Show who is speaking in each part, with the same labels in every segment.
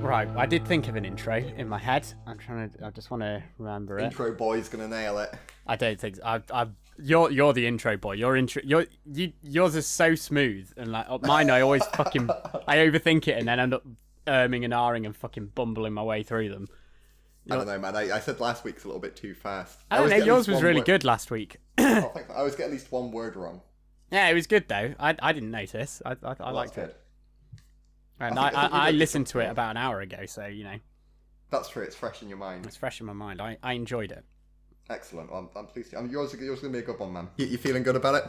Speaker 1: Right, I did think of an intro in my head. I'm trying to. I just want to remember it.
Speaker 2: Intro boy's gonna nail it.
Speaker 1: I don't think. I. I. You're. You're the intro boy. Your intro. Your. You. Yours is so smooth and like oh, mine. I always fucking. I overthink it and then end up erming and ahring and fucking bumbling my way through them.
Speaker 2: I don't know, man. I, I said last week's a little bit too fast.
Speaker 1: I don't
Speaker 2: always
Speaker 1: know.
Speaker 2: get at
Speaker 1: Yours
Speaker 2: least
Speaker 1: was
Speaker 2: one
Speaker 1: really
Speaker 2: word-
Speaker 1: good last week.
Speaker 2: Oh, thanks. I always get at least one word wrong.
Speaker 1: Yeah, it was good though. I. I didn't notice. I. I, I
Speaker 2: Well,
Speaker 1: liked it.
Speaker 2: that's good.
Speaker 1: And
Speaker 2: I
Speaker 1: I.
Speaker 2: think-
Speaker 1: I,
Speaker 2: I think we
Speaker 1: I
Speaker 2: did
Speaker 1: listened to it
Speaker 2: something.
Speaker 1: about an hour ago, so you know
Speaker 2: That's true. It's fresh in your mind.
Speaker 1: it's fresh in my mind. I. I enjoyed it.
Speaker 2: Excellent. Well, I'm, I'm pleased. I'm, yours, yours is gonna be a good one, man. You, you feeling good about it?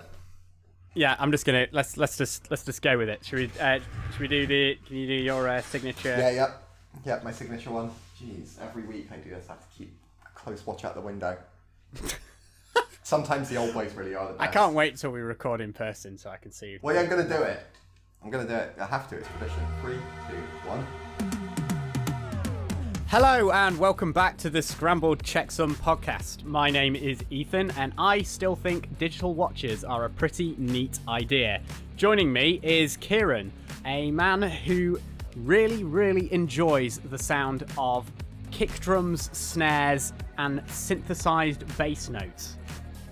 Speaker 1: Yeah, I'm just gonna let's let's just let's just go with it. Should we uh, should we do the can you do your uh, signature?
Speaker 2: Yeah, yep. Yep, my signature one. Jeez, every week I do this. I have to keep a close watch out the window. Sometimes the old boys really are the
Speaker 1: I
Speaker 2: best.
Speaker 1: can't wait till we record in person so I can see.
Speaker 2: Well, yeah, I'm gonna do it. I'm gonna do it. I have to. It's tradition. Three, two, one.
Speaker 1: Hello and welcome back to the Scrambled Checksum podcast. My name is Ethan and I still think digital watches are a pretty neat idea. Joining me is Kieran, a man who really really enjoys the sound of kick drums, snares and synthesized bass notes.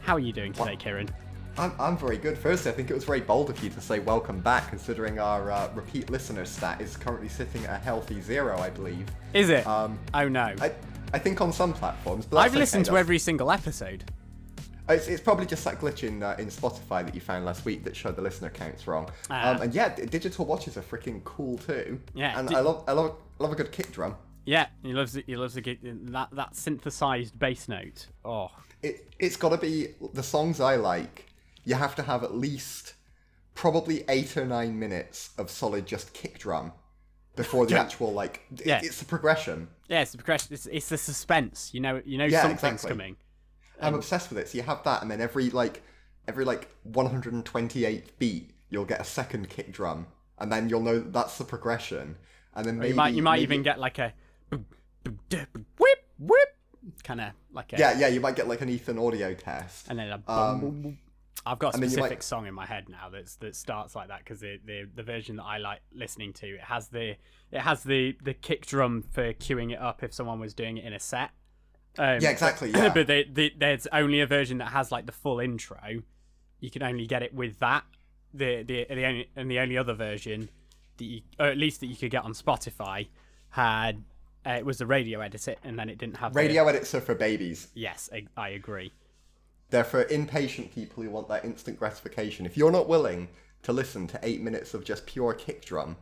Speaker 1: How are you doing today, Kieran?
Speaker 2: I'm, I'm very good. Firstly, I think it was very bold of you to say welcome back, considering our uh, repeat listener stat is currently sitting at a healthy zero, I believe.
Speaker 1: Is it?
Speaker 2: Um,
Speaker 1: oh no.
Speaker 2: I, I think on some platforms, but
Speaker 1: I've
Speaker 2: that's okay,
Speaker 1: listened to
Speaker 2: that's-
Speaker 1: every single episode.
Speaker 2: It's, it's probably just that glitch in, uh, in Spotify that you found last week that showed the listener counts wrong.
Speaker 1: Ah.
Speaker 2: Um, and yeah, d- digital watches are freaking cool too.
Speaker 1: Yeah,
Speaker 2: And
Speaker 1: di-
Speaker 2: I love I love I love a good kick drum.
Speaker 1: Yeah, he loves it. He loves the, gig- that that synthesized bass note. Oh,
Speaker 2: It it's got to be the songs I like. You have to have at least probably eight or nine minutes of solid just kick drum before the actual like. d-
Speaker 1: Yeah.
Speaker 2: It's the progression.
Speaker 1: yeah, it's the progression. It's, it's the suspense. You know, you know
Speaker 2: Yeah,
Speaker 1: something's
Speaker 2: exactly.
Speaker 1: coming. Um,
Speaker 2: I'm obsessed with it. So you have that, and then every like every like 128th beat, you'll get a second kick drum, and then you'll know that that's the progression. And then maybe
Speaker 1: You might, you might
Speaker 2: maybe-
Speaker 1: even get like a whip, whip, kind of like a.
Speaker 2: yeah yeah you might get like an Ethan audio test.
Speaker 1: And then a. bum. I've got a
Speaker 2: then you
Speaker 1: specific
Speaker 2: might-
Speaker 1: song in my head now that's that starts like that because the, the the version that I like listening to it has the it has the the kick drum for queuing it up if someone was doing it in a set. Um,
Speaker 2: yeah exactly
Speaker 1: but
Speaker 2: yeah.
Speaker 1: but they, they, there's only a version that has like the full intro. You can only get it with that. The the, the only and the only other version that you, or at least that you could get on Spotify, had uh, it was the radio edit, it, and then it didn't have the-
Speaker 2: Radio edits are for babies.
Speaker 1: yes, I, I agree.
Speaker 2: They're for impatient people who want that instant gratification. If you're not willing to listen to eight minutes of just pure kick drum,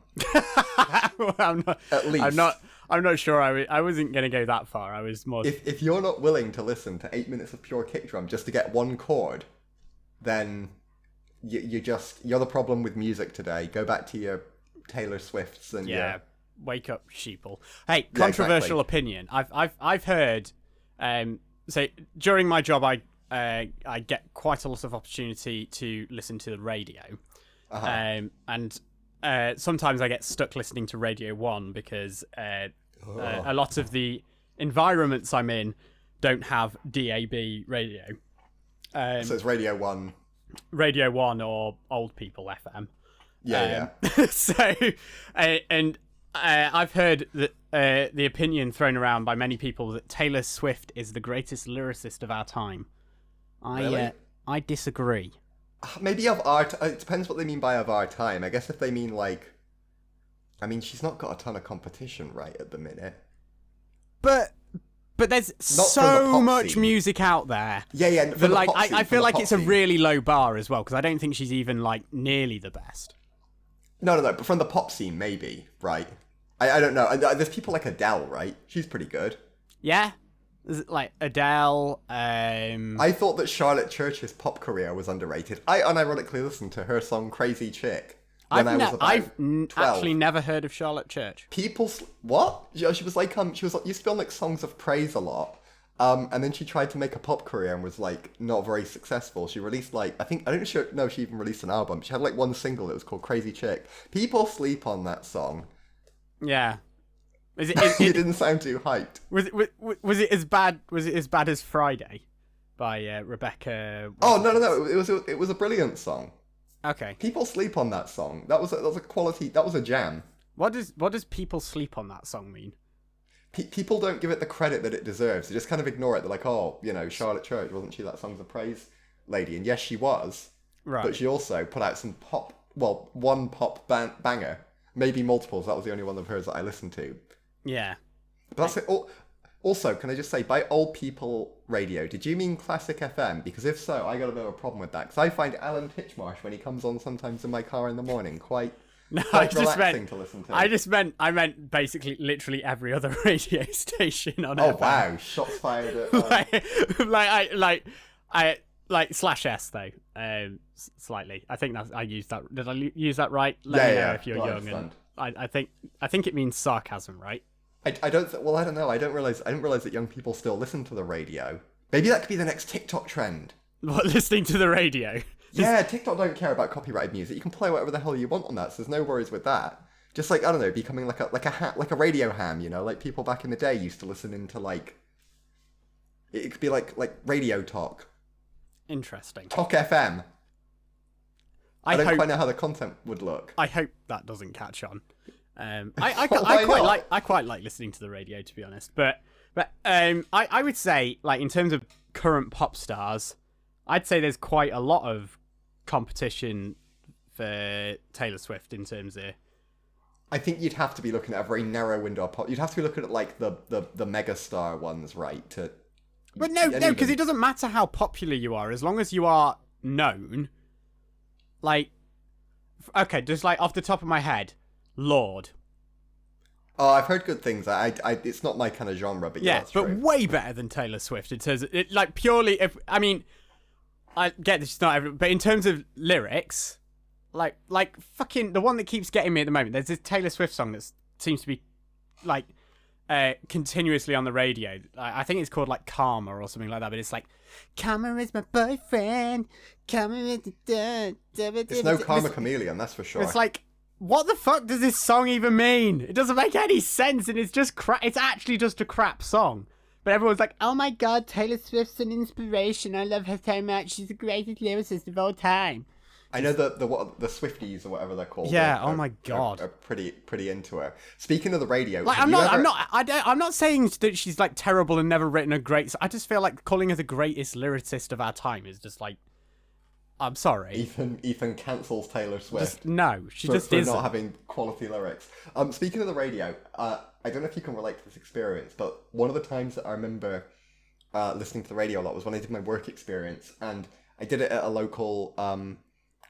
Speaker 1: I'm not.
Speaker 2: At
Speaker 1: I'm
Speaker 2: least.
Speaker 1: not. I'm not sure. I was. I wasn't gonna go that far. I was more.
Speaker 2: if if you're not willing to listen to eight minutes of pure kick drum just to get one chord, then you, you just you're the problem with music today. Go back to your Taylor Swifts and
Speaker 1: yeah.
Speaker 2: your,
Speaker 1: Wake up, sheeple. Hey, controversial
Speaker 2: exactly.
Speaker 1: opinion. I've I've I've heard. Um, so during my job, I uh, I get quite a lot of opportunity to listen to the radio, um, and uh, sometimes I get stuck listening to Radio One because uh, uh, a lot of the environments I'm in don't have DAB radio, um,
Speaker 2: so it's Radio One.
Speaker 1: Radio One or old people FM.
Speaker 2: Yeah, yeah.
Speaker 1: Um, so, uh, and uh, I've heard that, uh, the opinion thrown around by many people that Taylor Swift is the greatest lyricist of our time. I
Speaker 2: Really?
Speaker 1: uh, I disagree.
Speaker 2: Maybe of our. T- it depends what they mean by of our time. I guess if they mean like, I mean, she's not got a ton of competition right at the minute.
Speaker 1: But but there's so
Speaker 2: pop
Speaker 1: much
Speaker 2: scene.
Speaker 1: music out there.
Speaker 2: Yeah, yeah. from
Speaker 1: But
Speaker 2: the
Speaker 1: like
Speaker 2: pop scene,
Speaker 1: I, I
Speaker 2: from
Speaker 1: feel
Speaker 2: the
Speaker 1: like
Speaker 2: pop
Speaker 1: it's a
Speaker 2: scene.
Speaker 1: really low bar as well because I don't think she's even like nearly the best.
Speaker 2: No, no, no. But from the pop scene, maybe right. I, I don't know. And, uh, There's people like Adele, right? She's pretty good.
Speaker 1: Yeah, Is it like Adele. Um,
Speaker 2: I thought that Charlotte Church's pop career was underrated. I unironically listened to her song "Crazy Chick" when I
Speaker 1: I've,
Speaker 2: was
Speaker 1: ne-
Speaker 2: about
Speaker 1: I've n-
Speaker 2: twelve.
Speaker 1: actually never heard of Charlotte Church.
Speaker 2: People, s- what? She she was like, um, she was like, used to be on like songs of praise a lot, um, and then she tried to make a pop career and was like not very successful. She released like I think I don't know if she, no, she even released an album. She had like one single that was called "Crazy Chick." People sleep on that song.
Speaker 1: Yeah. Is it, is,
Speaker 2: It
Speaker 1: it,
Speaker 2: didn't sound too hyped.
Speaker 1: was it was, was it as bad was it as bad as Friday by uh, Rebecca?
Speaker 2: Oh no, no, no! It was it was a brilliant song.
Speaker 1: Okay.
Speaker 2: People sleep on that song. That was a, that was a quality. That was a jam.
Speaker 1: What does what does people sleep on that song mean?
Speaker 2: Pe- people don't give it the credit that it deserves. They just kind of ignore it. They're like, oh, you know, Charlotte Church wasn't she that Songs of Praise lady? And yes, she was,
Speaker 1: Right.
Speaker 2: but she also put out some pop. Well, one pop ban- banger, maybe multiples. That was the only one of hers that I listened to.
Speaker 1: yeah.
Speaker 2: But that's it. Al- Also, can I just say, by old people radio, did you mean classic FM? Because if so, I got a bit of a problem with that. Because I find Alan Titchmarsh when he comes on sometimes in my car in the morning quite
Speaker 1: No, I
Speaker 2: quite
Speaker 1: just
Speaker 2: relaxing
Speaker 1: meant
Speaker 2: to listen to.
Speaker 1: I just meant I meant basically literally every other radio station on
Speaker 2: oh
Speaker 1: FM.
Speaker 2: wow, shots fired at. Uh,
Speaker 1: like, like I like I like slash s though um s- slightly. I think that's I used that. Did I l- use that right? Let
Speaker 2: Yeah,
Speaker 1: me know
Speaker 2: yeah,
Speaker 1: if you're
Speaker 2: no, I
Speaker 1: young. And
Speaker 2: understand.
Speaker 1: I, I think I think it means sarcasm, right?
Speaker 2: I, I don't. Th- well, I don't know. I don't realize. I didn't realize that young people still listen to the radio. Maybe that could be the next TikTok trend.
Speaker 1: What listening to the radio?
Speaker 2: Yeah, TikTok don't care about copyrighted music. You can play whatever the hell you want on that. So there's no worries with that. Just like I don't know, becoming like a like a ha- like a radio ham. You know, like people back in the day used to listen into like. It it could be like like radio talk,
Speaker 1: Interesting.
Speaker 2: talk FM. I,
Speaker 1: I,
Speaker 2: don't
Speaker 1: hope
Speaker 2: quite know how the content would look.
Speaker 1: I hope that doesn't catch on. Um, I, I,
Speaker 2: Why
Speaker 1: I quite
Speaker 2: not?
Speaker 1: like I quite like listening to the radio to be honest, but but um, I I would say like in terms of current pop stars, I'd say there's quite a lot of competition for Taylor Swift in terms of
Speaker 2: I think you'd have to be looking at a very narrow window of pop. You'd have to be looking at like the the the megastar ones, right? To
Speaker 1: But no,
Speaker 2: and
Speaker 1: no, because
Speaker 2: even-
Speaker 1: it doesn't matter how popular you are, as long as you are known. Like, f- okay, just like off the top of my head, Lord.
Speaker 2: Oh, I've heard good things. I, I, I- it's not my kind of genre, but yeah,
Speaker 1: Yeah,
Speaker 2: that's
Speaker 1: but
Speaker 2: true.
Speaker 1: way better than Taylor Swift in terms of it, like purely. If I mean, I get this is not every, but in terms of lyrics, like like fucking the one that keeps getting me at the moment. There's this Taylor Swift song that seems to be like uh, continuously on the radio. I, I think it's called like Karma or something like that. But it's like Karma is my boyfriend. Karma is the
Speaker 2: It's no Karma Chameleon, that's for sure.
Speaker 1: It's like. What the fuck does this song even mean? It doesn't make any sense, and it's just crap. It's actually just a crap song. But everyone's like, "Oh my god, Taylor Swift's an inspiration. I love her so much. She's the greatest lyricist of all time."
Speaker 2: I know the the what the Swifties or whatever they're called.
Speaker 1: Yeah,
Speaker 2: are-
Speaker 1: oh
Speaker 2: are-
Speaker 1: my
Speaker 2: are-
Speaker 1: God.
Speaker 2: Are, pretty pretty into her. Speaking of the radio,
Speaker 1: Like,
Speaker 2: have
Speaker 1: I'm
Speaker 2: you
Speaker 1: not,
Speaker 2: ever-
Speaker 1: I'm not, I don't, I'm not saying that she's like terrible and never written a great. s- I just feel like calling her the greatest lyricist of our time is just like, I'm sorry,
Speaker 2: Ethan Ethan cancels Taylor Swift.
Speaker 1: just no. She
Speaker 2: for,
Speaker 1: just
Speaker 2: for
Speaker 1: isn't.
Speaker 2: not having quality lyrics. Um, speaking of the radio, uh, I don't know if you can relate to this experience, but one of the times that I remember uh, listening to the radio a lot was when I did my work experience, and I did it at a local um,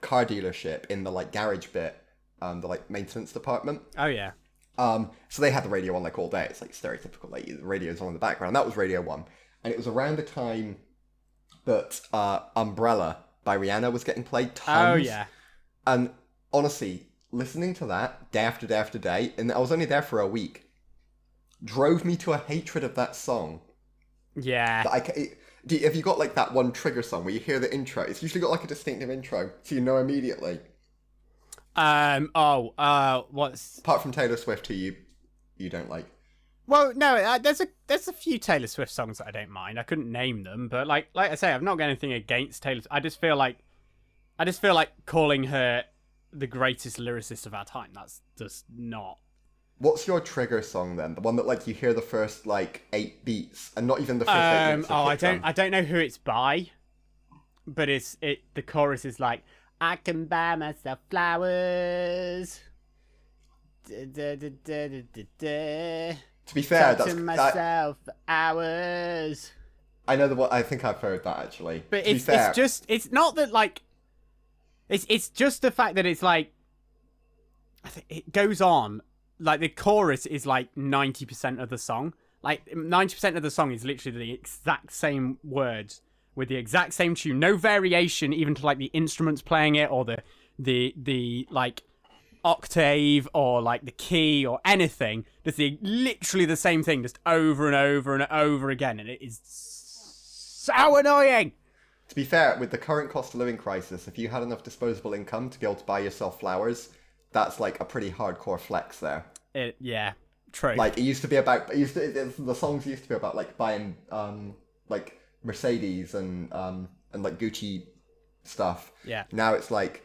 Speaker 2: car dealership in the like garage bit, um, the like maintenance department.
Speaker 1: oh yeah,
Speaker 2: Um, so they had the radio on like all day. It's like stereotypical, like the radio's on in the background. That was Radio One, and it was around the time that uh, Umbrella by Rihanna was getting played.
Speaker 1: oh
Speaker 2: Tons.
Speaker 1: yeah.
Speaker 2: And honestly, listening to that day after day after day, and I was only there for a week, drove me to a hatred of that song.
Speaker 1: Yeah,
Speaker 2: That I, ca- it, do you- have you got like that one trigger song where you hear the intro? It's usually got like a distinctive intro, so you know immediately.
Speaker 1: um, oh, uh, what's?
Speaker 2: Apart from Taylor Swift, who you you don't like.
Speaker 1: Well, no, uh, there's a there's a few Taylor Swift songs that I don't mind. I couldn't name them, but like like I say, I've not got anything against Taylor. I just feel like, I just feel like calling her the greatest lyricist of our time. That's just not.
Speaker 2: What's your trigger song then? The one that like you hear the first like eight beats, and not even the first eight
Speaker 1: Um,
Speaker 2: beats. are
Speaker 1: oh, I
Speaker 2: kicked
Speaker 1: don't,
Speaker 2: on.
Speaker 1: I don't know who it's by, but it's it. The chorus is like, "I can buy myself flowers." Da, da, da, da, da, da, da.
Speaker 2: to be fair,
Speaker 1: Talk
Speaker 2: that's
Speaker 1: to
Speaker 2: that,
Speaker 1: myself for hours.
Speaker 2: I know the one. I think I've heard that actually.
Speaker 1: But
Speaker 2: to
Speaker 1: it's
Speaker 2: be fair,
Speaker 1: it's just it's not that like it's it's just the fact that it's like I think it goes on like the chorus is like ninety percent of the song. Like ninety percent of the song is literally the exact same words with the exact same tune, no variation even to like the instruments playing it or the the the like octave or like the key or anything. Just the literally the same thing, just over and over and over again, and it is so annoying.
Speaker 2: To be fair, with the current cost of living crisis, if you had enough disposable income to be able to buy yourself flowers, that's like a pretty hardcore flex there.
Speaker 1: It, yeah, true.
Speaker 2: Like it used to be about, it used to, it, the songs used to be about like buying um like Mercedes and um and like Gucci stuff.
Speaker 1: Yeah.
Speaker 2: Now it's like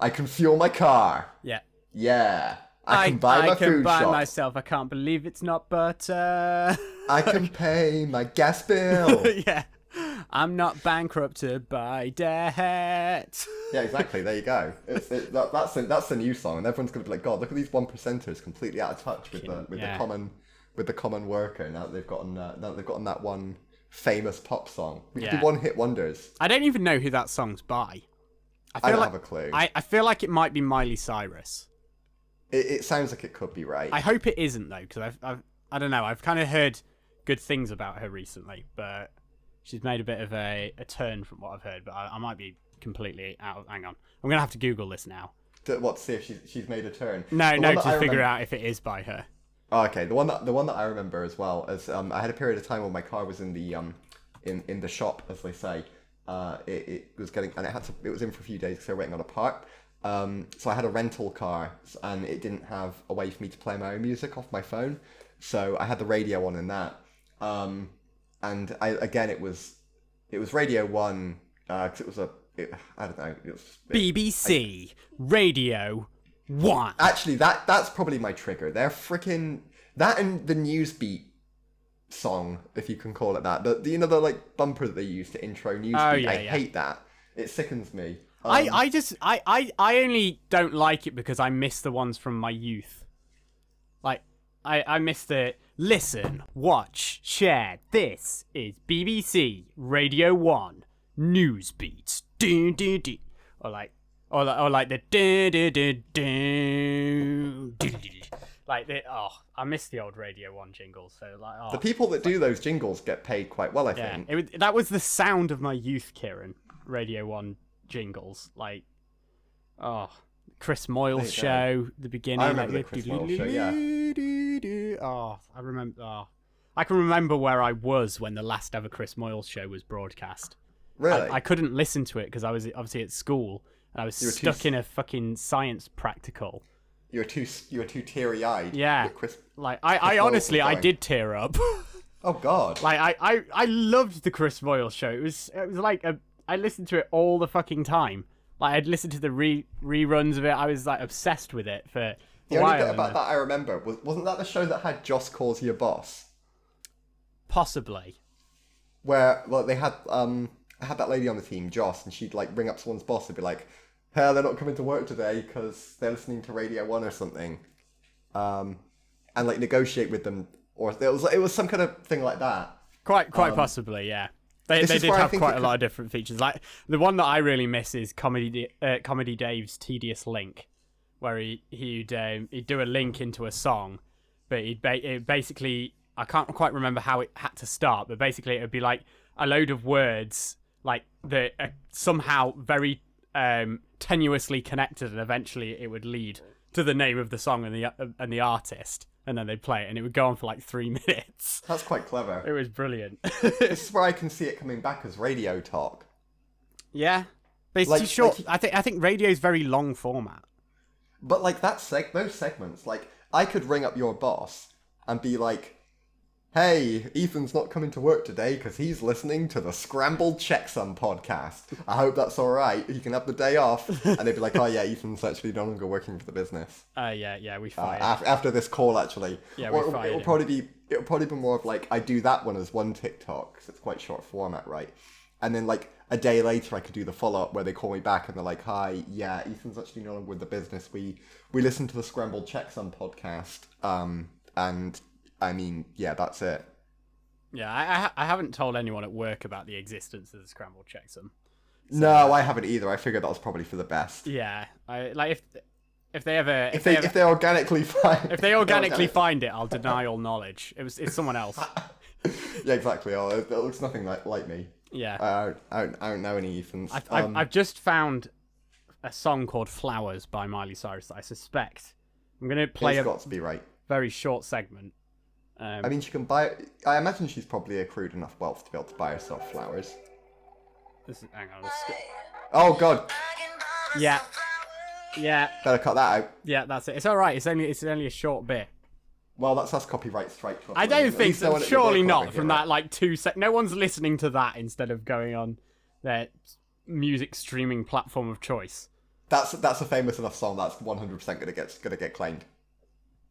Speaker 2: I can fuel my car.
Speaker 1: yeah,
Speaker 2: Yeah. I, can buy my
Speaker 1: I can
Speaker 2: food
Speaker 1: buy
Speaker 2: shop.
Speaker 1: myself. I can't believe it's not butter.
Speaker 2: I can pay my gas bill.
Speaker 1: yeah. I'm not bankrupted by debt.
Speaker 2: yeah, exactly. There you go. It's, it, that, that's the, that's the new song, and everyone's gonna be like, "God, look at these one percenters, completely out of touch with the with
Speaker 1: Yeah.
Speaker 2: the common with the common worker." Now that they've gotten uh, now that they've gotten that one famous pop song. We could
Speaker 1: Yeah.
Speaker 2: do one hit wonders.
Speaker 1: I don't even know who that song's by. I feel
Speaker 2: I don't
Speaker 1: like
Speaker 2: have a clue.
Speaker 1: I, I feel like it might be Miley Cyrus.
Speaker 2: It, it sounds like it could be right.
Speaker 1: I hope it isn't though, because I've, I've I don't know. I've kind of heard good things about her recently, but she's made a bit of a, a turn from what I've heard. But I, I might be completely out. Of, hang on, I'm gonna have to Google this now.
Speaker 2: To- what to see if she's, she's made a turn?
Speaker 1: No,
Speaker 2: The
Speaker 1: no,
Speaker 2: one
Speaker 1: to
Speaker 2: that I
Speaker 1: figure
Speaker 2: remem-
Speaker 1: out if it is by her.
Speaker 2: Oh, okay, the one that the one that I remember as well is um, I had a period of time when my car was in the um, in in the shop, as they say. Uh, it, it was getting and it had to it was in for a few days because they were waiting on a part. Um, so I had a rental car s- and it didn't have a way for me to play my own music off my phone. So I had the radio on in that. Um, and I again it was it was Radio One because it was a it, I don't know it was it-
Speaker 1: BBC Radio One.
Speaker 2: actually that that's probably my trigger they're freaking that and the newsbeat song if you can call it that the, the you know the like bumper that they use to intro newsbeat
Speaker 1: Oh, yeah,
Speaker 2: i
Speaker 1: yeah.
Speaker 2: hate that it sickens me um,
Speaker 1: I, I just I, I I only don't like it because I miss the ones from my youth. Like I I miss the listen, watch, share. This is BBC Radio One news beats. Doo doo doo. Or like or like, or like the doo doo doo doo. doo, doo, doo. Like the oh I miss the old Radio One jingles. So like oh
Speaker 2: the people that do those jingles get paid quite well i
Speaker 1: yeah,
Speaker 2: think
Speaker 1: it was, that was the sound of my youth, Kieran. Radio One jingles, like, oh, Chris Moyle's
Speaker 2: There
Speaker 1: show, the beginning.
Speaker 2: I remember
Speaker 1: like,
Speaker 2: the Chris Moyle show, yeah.
Speaker 1: do-do-do-do-do. Oh, I remember. Oh, I can remember where I was when the last ever Chris Moyle show was broadcast.
Speaker 2: really
Speaker 1: I couldn't listen to it because I was obviously at school and I was
Speaker 2: You were too
Speaker 1: stuck in a fucking science practical.
Speaker 2: you're too s- you're too teary-eyed
Speaker 1: Yeah.
Speaker 2: with Chris-
Speaker 1: Like, I, I
Speaker 2: Moyle was
Speaker 1: honestly, I
Speaker 2: going.
Speaker 1: did tear up.
Speaker 2: oh god
Speaker 1: Like I, I, I loved the Chris Royal show. It was it was like a, I listened to it all the fucking time. Like I'd listen to the re, reruns of it. I was like obsessed with it for a
Speaker 2: the only
Speaker 1: while.
Speaker 2: bit
Speaker 1: and
Speaker 2: about
Speaker 1: then-
Speaker 2: that i remember was wasn't that the show that had joss calls your boss
Speaker 1: Possibly.
Speaker 2: where well they had um I had that lady on the team, Joss, and she'd like ring up someone's boss and be like, "Hey, they're not coming to work today because they're listening to Radio One or something," um, and like negotiate with them, or it was it was some kind of thing like that.
Speaker 1: Quite quite possibly, yeah. They,
Speaker 2: Um, this
Speaker 1: they
Speaker 2: is
Speaker 1: did
Speaker 2: where I
Speaker 1: have
Speaker 2: think
Speaker 1: quite
Speaker 2: it
Speaker 1: a lot of different features. Like the one that I really miss is comedy uh, comedy Dave's tedious link, where he he'd um, he'd do a link into a song, but he'd ba- it basically I can't quite remember how it had to start, but basically it would be like a load of words like that are somehow very um, tenuously connected, and eventually it would lead to the name of the song and the uh, and the artist, and then they'd play it, and it would go on for like three minutes.
Speaker 2: That's quite clever.
Speaker 1: It was brilliant.
Speaker 2: this is where I can see it coming back as radio talk.
Speaker 1: yeah, but it's
Speaker 2: Like-
Speaker 1: too short.
Speaker 2: like-
Speaker 1: I think I think radio's very long format.
Speaker 2: But like that seg those segments, like I could ring up your boss and be like, "Hey, Ethan's not coming to work today because he's listening to the Scrambled Checksum podcast. I hope that's all right. You can have the day off." And they'd be like, "Oh yeah, Ethan's actually no longer working for the business
Speaker 1: Uh, yeah, yeah, we
Speaker 2: uh,
Speaker 1: fired.
Speaker 2: af- after this call, actually."
Speaker 1: Yeah, we
Speaker 2: or it'll-
Speaker 1: fired
Speaker 2: it'll
Speaker 1: him.
Speaker 2: probably be it'll probably be more of like I do that one as one TikTok because it's quite short format, right? And then like a day later, I could do the follow up where they call me back and they're like, "Hi, yeah, Ethan's actually no longer with the business. We we listened to the Scrambled Checksum podcast, um, and I mean, yeah, that's it.
Speaker 1: yeah, I, I ha- I haven't told anyone at work about the existence of the scrambled checksum.
Speaker 2: no, I haven't either. I figured that was probably for the best.
Speaker 1: Yeah, I like if if they ever if,
Speaker 2: If
Speaker 1: they,
Speaker 2: they
Speaker 1: ever,
Speaker 2: if they organically find
Speaker 1: if they organically find it, I'll deny all knowledge. It was it's someone else.
Speaker 2: yeah, exactly. Oh, it, it looks nothing like like me.
Speaker 1: Yeah,
Speaker 2: I don't, I don't, I don't know any Ethans. Um,
Speaker 1: I've, I've, I've just found a song called "Flowers" by Miley Cyrus. That I suspect I'm gonna play a
Speaker 2: it's got to be right.
Speaker 1: very short segment. Um,
Speaker 2: I mean, she can buy. I imagine she's probably accrued enough wealth to be able to buy herself flowers.
Speaker 1: this is, hang on, let's skip-
Speaker 2: Oh God,
Speaker 1: yeah, yeah.
Speaker 2: better cut that out.
Speaker 1: Yeah, that's it. It's all right. It's only it's only a short bit.
Speaker 2: Well, that's us copyright strike.
Speaker 1: I
Speaker 2: probably.
Speaker 1: don't
Speaker 2: At
Speaker 1: think
Speaker 2: least no
Speaker 1: so.
Speaker 2: one at your
Speaker 1: Surely
Speaker 2: work will
Speaker 1: not.
Speaker 2: hear
Speaker 1: From
Speaker 2: it.
Speaker 1: that like two sec. No one's listening to that instead of going on their music streaming platform of choice.
Speaker 2: That's that's a famous enough song. That's one hundred percent gonna get gonna get claimed.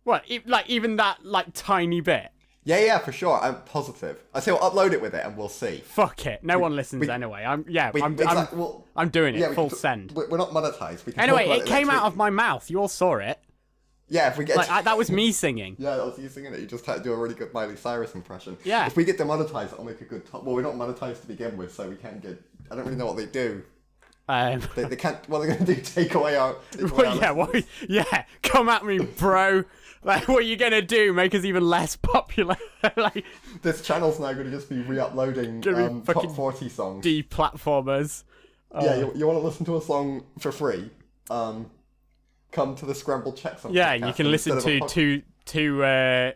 Speaker 1: What? E- like even that like tiny bit?
Speaker 2: Yeah, yeah, for sure. I'm positive. I say, we'll upload it with it, and we'll see.
Speaker 1: Fuck it. No one listens anyway. I'm yeah.
Speaker 2: We-
Speaker 1: I'm,
Speaker 2: we-
Speaker 1: I'm,
Speaker 2: exact- well,
Speaker 1: I'm doing it.
Speaker 2: yeah, we
Speaker 1: full
Speaker 2: can t-
Speaker 1: send.
Speaker 2: we- We're not monetized. We can
Speaker 1: Anyway,
Speaker 2: talk about
Speaker 1: it came
Speaker 2: next
Speaker 1: out
Speaker 2: week.
Speaker 1: of my mouth. You all saw it.
Speaker 2: Yeah, if we get
Speaker 1: Like I, that was me singing.
Speaker 2: Yeah, I was using it. You just had to do a really good Miley Cyrus impression.
Speaker 1: Yeah.
Speaker 2: If we get demonetized, I'll make a good top. Well, we're not monetized to begin with, so we can't get. I don't really know what they do.
Speaker 1: Um,
Speaker 2: They, they can't. What they're going to do? Take away our. Take away
Speaker 1: Well,
Speaker 2: our
Speaker 1: yeah, what, yeah. Come at me, bro. like, what are you gonna do? Make us even less popular? like,
Speaker 2: This channel's now going to just be re-uploading
Speaker 1: Gonna be
Speaker 2: um, top
Speaker 1: fucking Oh.
Speaker 2: forty songs.
Speaker 1: deplatformers.
Speaker 2: yeah, you, you want to listen to a song for free? Um, come to the Scramble Checksum.
Speaker 1: Yeah,
Speaker 2: podcast
Speaker 1: you can listen
Speaker 2: instead of
Speaker 1: to
Speaker 2: a pod-
Speaker 1: two, two, uh,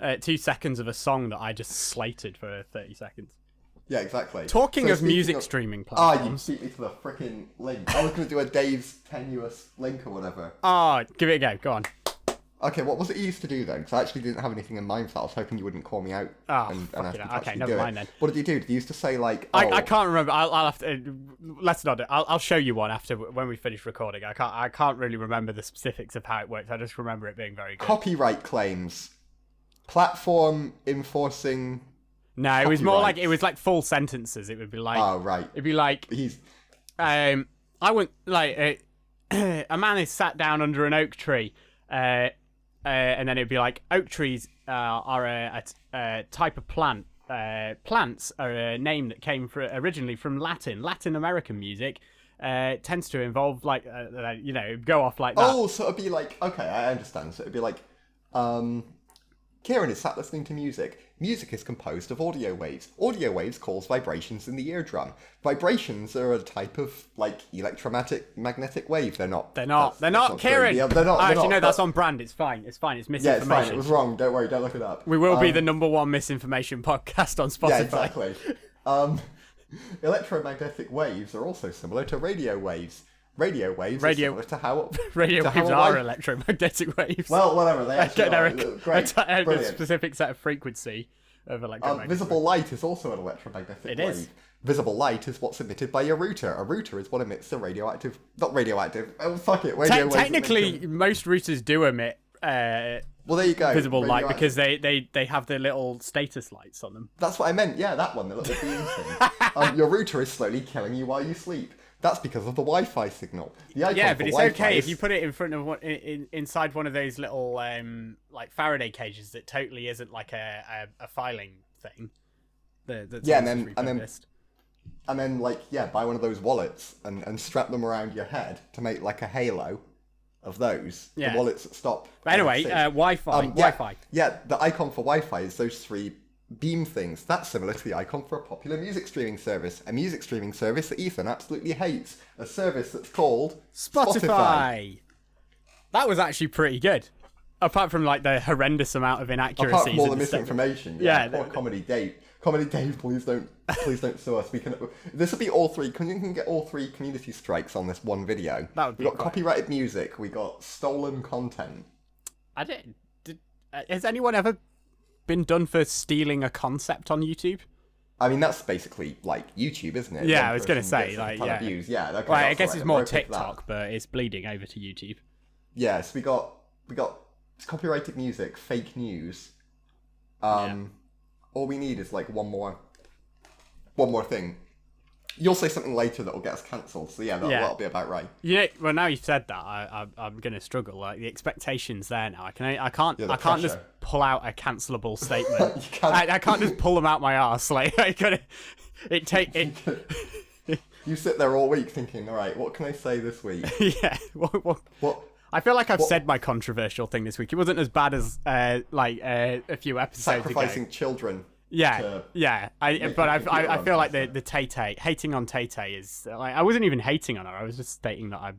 Speaker 1: uh, two seconds of a song that I just slated for thirty seconds.
Speaker 2: Yeah, exactly.
Speaker 1: Talking
Speaker 2: So
Speaker 1: of
Speaker 2: speaking
Speaker 1: music
Speaker 2: of-
Speaker 1: streaming
Speaker 2: Ah,
Speaker 1: platforms.
Speaker 2: you beat me to the freaking link. I was going to do a Dave's tenuous link or whatever.
Speaker 1: Ah, give it a go. Go on.
Speaker 2: Okay, what was it you used to do then? Because I actually didn't have anything in mind for that. I was hoping you wouldn't call me out
Speaker 1: Ah,
Speaker 2: and,
Speaker 1: fucking
Speaker 2: ask me to
Speaker 1: hell. Okay,
Speaker 2: actually
Speaker 1: never
Speaker 2: do it.
Speaker 1: mind then.
Speaker 2: What did you do? Did you used to say like, oh,
Speaker 1: I, I can't remember. I'll, I'll have to. uh, Let's not. do- I'll, I'll show you one after when we finish recording. I can't. I can't really remember the specifics of how it works. I just remember it being very good.
Speaker 2: copyright claims, platform enforcing?
Speaker 1: no, it was more like
Speaker 2: copyrights.
Speaker 1: it was like full sentences. It would be like
Speaker 2: Oh right,
Speaker 1: it'd be like
Speaker 2: he's
Speaker 1: um, I went like uh, a man is sat down under an oak tree, uh, uh, and then it'd be like oak trees uh, are a, a, a type of plant. Uh, plants are a name that came fr originally from Latin. Latin American music uh, tends to involve like uh, uh, you know go off like that.
Speaker 2: oh, so it'd be like, okay, I understand. So it'd be like, um, Kieran is sat listening to music. Music is composed of audio waves. Audio waves cause vibrations in the eardrum. Vibrations are a type of like electromagnetic magnetic wave. They're not.
Speaker 1: they're not.
Speaker 2: that's-
Speaker 1: they're
Speaker 2: that's
Speaker 1: not,
Speaker 2: true.
Speaker 1: Kieran.
Speaker 2: Yeah, they're
Speaker 1: Oh,
Speaker 2: not. they're
Speaker 1: actually,
Speaker 2: not,
Speaker 1: no, that's
Speaker 2: but-
Speaker 1: on brand. It's fine. It's fine. It's
Speaker 2: Yeah, it's
Speaker 1: misinformation.
Speaker 2: fine. It was wrong. Don't worry. Don't look it up.
Speaker 1: we will be the number one misinformation podcast on Spotify.
Speaker 2: Yeah, exactly. um, electromagnetic waves are also similar to radio waves. Radio waves
Speaker 1: Radio-
Speaker 2: are similar to how
Speaker 1: Radio
Speaker 2: to how
Speaker 1: waves
Speaker 2: a
Speaker 1: are
Speaker 2: wave-
Speaker 1: electromagnetic waves.
Speaker 2: Well, whatever they actually
Speaker 1: get
Speaker 2: are.
Speaker 1: there a, a
Speaker 2: Great,
Speaker 1: t- a
Speaker 2: brilliant.
Speaker 1: specific set of frequency of
Speaker 2: Um,
Speaker 1: electromagnetic.
Speaker 2: visible light is also an electromagnetic
Speaker 1: It
Speaker 2: wave.
Speaker 1: is.
Speaker 2: Visible light is what's emitted by your router. A router is what emits the radioactive, not radioactive. Oh fuck it, radio
Speaker 1: Te-
Speaker 2: waves.
Speaker 1: technically,
Speaker 2: emitted-
Speaker 1: most routers do emit uh,
Speaker 2: well there you go.
Speaker 1: visible light
Speaker 2: radioactive.
Speaker 1: because they, they, they have the little status lights on them.
Speaker 2: That's what I meant. Yeah, that one, the little beam thing. Um, your router is slowly killing you while you sleep. That's because of the Wi-Fi signal. The icon
Speaker 1: Yeah,
Speaker 2: Oh, for
Speaker 1: but it's
Speaker 2: Wi-Fi
Speaker 1: okay if
Speaker 2: is-
Speaker 1: you put it in front of one, in, in, inside one of those little um, like Faraday cages that totally isn't like a, a, a filing thing. The, that's
Speaker 2: Yeah, and
Speaker 1: always
Speaker 2: then- and then-
Speaker 1: repurposed.
Speaker 2: and then like yeah, buy one of those wallets and, and strap them around your head to make like a halo of those.
Speaker 1: Yeah.
Speaker 2: The wallets that stop.
Speaker 1: But anyway,
Speaker 2: NFC.
Speaker 1: uh, Wi-Fi,
Speaker 2: Um, yeah,
Speaker 1: Wi-Fi.
Speaker 2: Yeah, the icon for Wi-Fi is those three beam things. That's similar to the icon for a popular music streaming service, a music streaming service that Ethan absolutely hates, a service that's called
Speaker 1: Spotify. That was actually pretty good. Apart from like the horrendous amount of inaccuracies.
Speaker 2: Apart from all the
Speaker 1: and stuff.
Speaker 2: misinformation,
Speaker 1: Yeah,
Speaker 2: yeah.
Speaker 1: the-
Speaker 2: poor comedy Dave. Comedy Dave, please don't, please don't sue us. We can. This will be all three. Can you can get all three community strikes on this one video?
Speaker 1: That would be
Speaker 2: We got
Speaker 1: quite-
Speaker 2: copyrighted music. We got stolen content.
Speaker 1: I don't. Did, uh, has anyone ever been done for stealing a concept on YouTube?
Speaker 2: I mean, that's basically like YouTube, isn't it?
Speaker 1: Yeah,
Speaker 2: One
Speaker 1: I was gonna
Speaker 2: person
Speaker 1: say,
Speaker 2: gets a
Speaker 1: like,
Speaker 2: ton of
Speaker 1: yeah.
Speaker 2: views. yeah. Okay,
Speaker 1: Well, I
Speaker 2: that's
Speaker 1: guess
Speaker 2: alright,
Speaker 1: it's
Speaker 2: then
Speaker 1: more
Speaker 2: we'll pick that.
Speaker 1: TikTok, but it's bleeding over to YouTube.
Speaker 2: Yes, we got we got it's copyrighted music, fake news. Um, all we need is like one more, one more thing. You'll say something later that will get us cancelled. So yeah, that'll,
Speaker 1: Yeah.
Speaker 2: that'll be about right.
Speaker 1: You know, well now you've said that, I, I, I'm going to struggle. Like the expectations there now, I can I can't
Speaker 2: the
Speaker 1: I can't just
Speaker 2: pressure.
Speaker 1: pull out a cancelable statement.
Speaker 2: You can't-
Speaker 1: I, I can't just pull them out my ass. Like I gotta, it take it.
Speaker 2: You sit there all week thinking, all right, what can I say this week?
Speaker 1: Yeah. What, what,
Speaker 2: What?
Speaker 1: I feel like I've said my controversial thing this week. It wasn't as bad as uh, like uh, a few episodes
Speaker 2: Sacrificing
Speaker 1: ago.
Speaker 2: children.
Speaker 1: Yeah,
Speaker 2: to
Speaker 1: yeah. I
Speaker 2: make
Speaker 1: but
Speaker 2: a
Speaker 1: I, I, I
Speaker 2: computer
Speaker 1: feel
Speaker 2: run
Speaker 1: like the the Tay Tay hating on Tay Tay is uh, like I wasn't even hating on her. I was just stating that I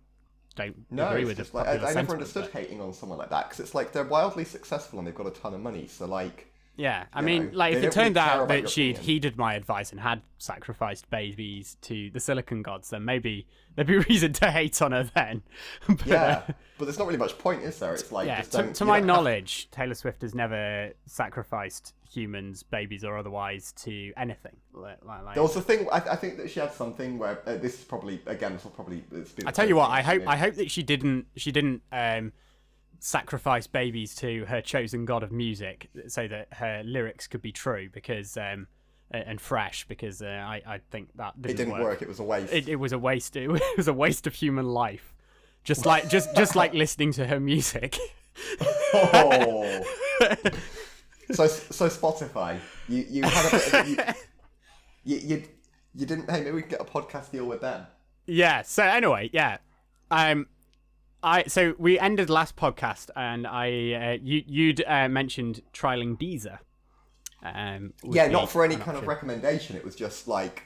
Speaker 1: don't
Speaker 2: No,
Speaker 1: agree
Speaker 2: it's
Speaker 1: with the
Speaker 2: just like, I,
Speaker 1: popular
Speaker 2: I never
Speaker 1: sentiment,
Speaker 2: understood
Speaker 1: but-
Speaker 2: hating on someone like that because it's like they're wildly successful and they've got a ton of money. So like,
Speaker 1: Yeah, I
Speaker 2: you
Speaker 1: mean,
Speaker 2: know,
Speaker 1: like
Speaker 2: they
Speaker 1: if it
Speaker 2: don't really
Speaker 1: turned
Speaker 2: care
Speaker 1: out
Speaker 2: about
Speaker 1: that
Speaker 2: your
Speaker 1: she'd
Speaker 2: opinion.
Speaker 1: heeded my advice and had sacrificed babies to the Silicon Gods, then maybe there'd be reason to hate on her then. But, uh,
Speaker 2: yeah. but there's not really much point, is there? It's like
Speaker 1: Yeah,
Speaker 2: just
Speaker 1: to,
Speaker 2: don't-
Speaker 1: to
Speaker 2: you
Speaker 1: my
Speaker 2: don't have
Speaker 1: knowledge, Taylor Swift has never sacrificed humans, babies, or otherwise to anything. Like, like- like-
Speaker 2: There was a thing. I, I think that she had something where uh, this is probably again. This will probably. It's been
Speaker 1: I tell you what, I hope I hope that she didn't she didn't um, sacrifice babies to her chosen god of music so that her lyrics could be true because um, a- and fresh because uh, I I think that
Speaker 2: It
Speaker 1: didn't,
Speaker 2: didn't work. It was a waste.
Speaker 1: It, it was a waste. It was a waste of human life. Just like just just like listening to her music.
Speaker 2: Oh. so so Spotify, you you had a bit of, you, you you you didn't. Hey, maybe we can get a podcast deal with them.
Speaker 1: Yeah. So anyway, yeah. Um, I so we ended last podcast, and I uh, you you'd uh, mentioned trialing Deezer. Um, would
Speaker 2: Yeah,
Speaker 1: be
Speaker 2: not for any
Speaker 1: an
Speaker 2: kind of
Speaker 1: option.
Speaker 2: recommendation. It was just like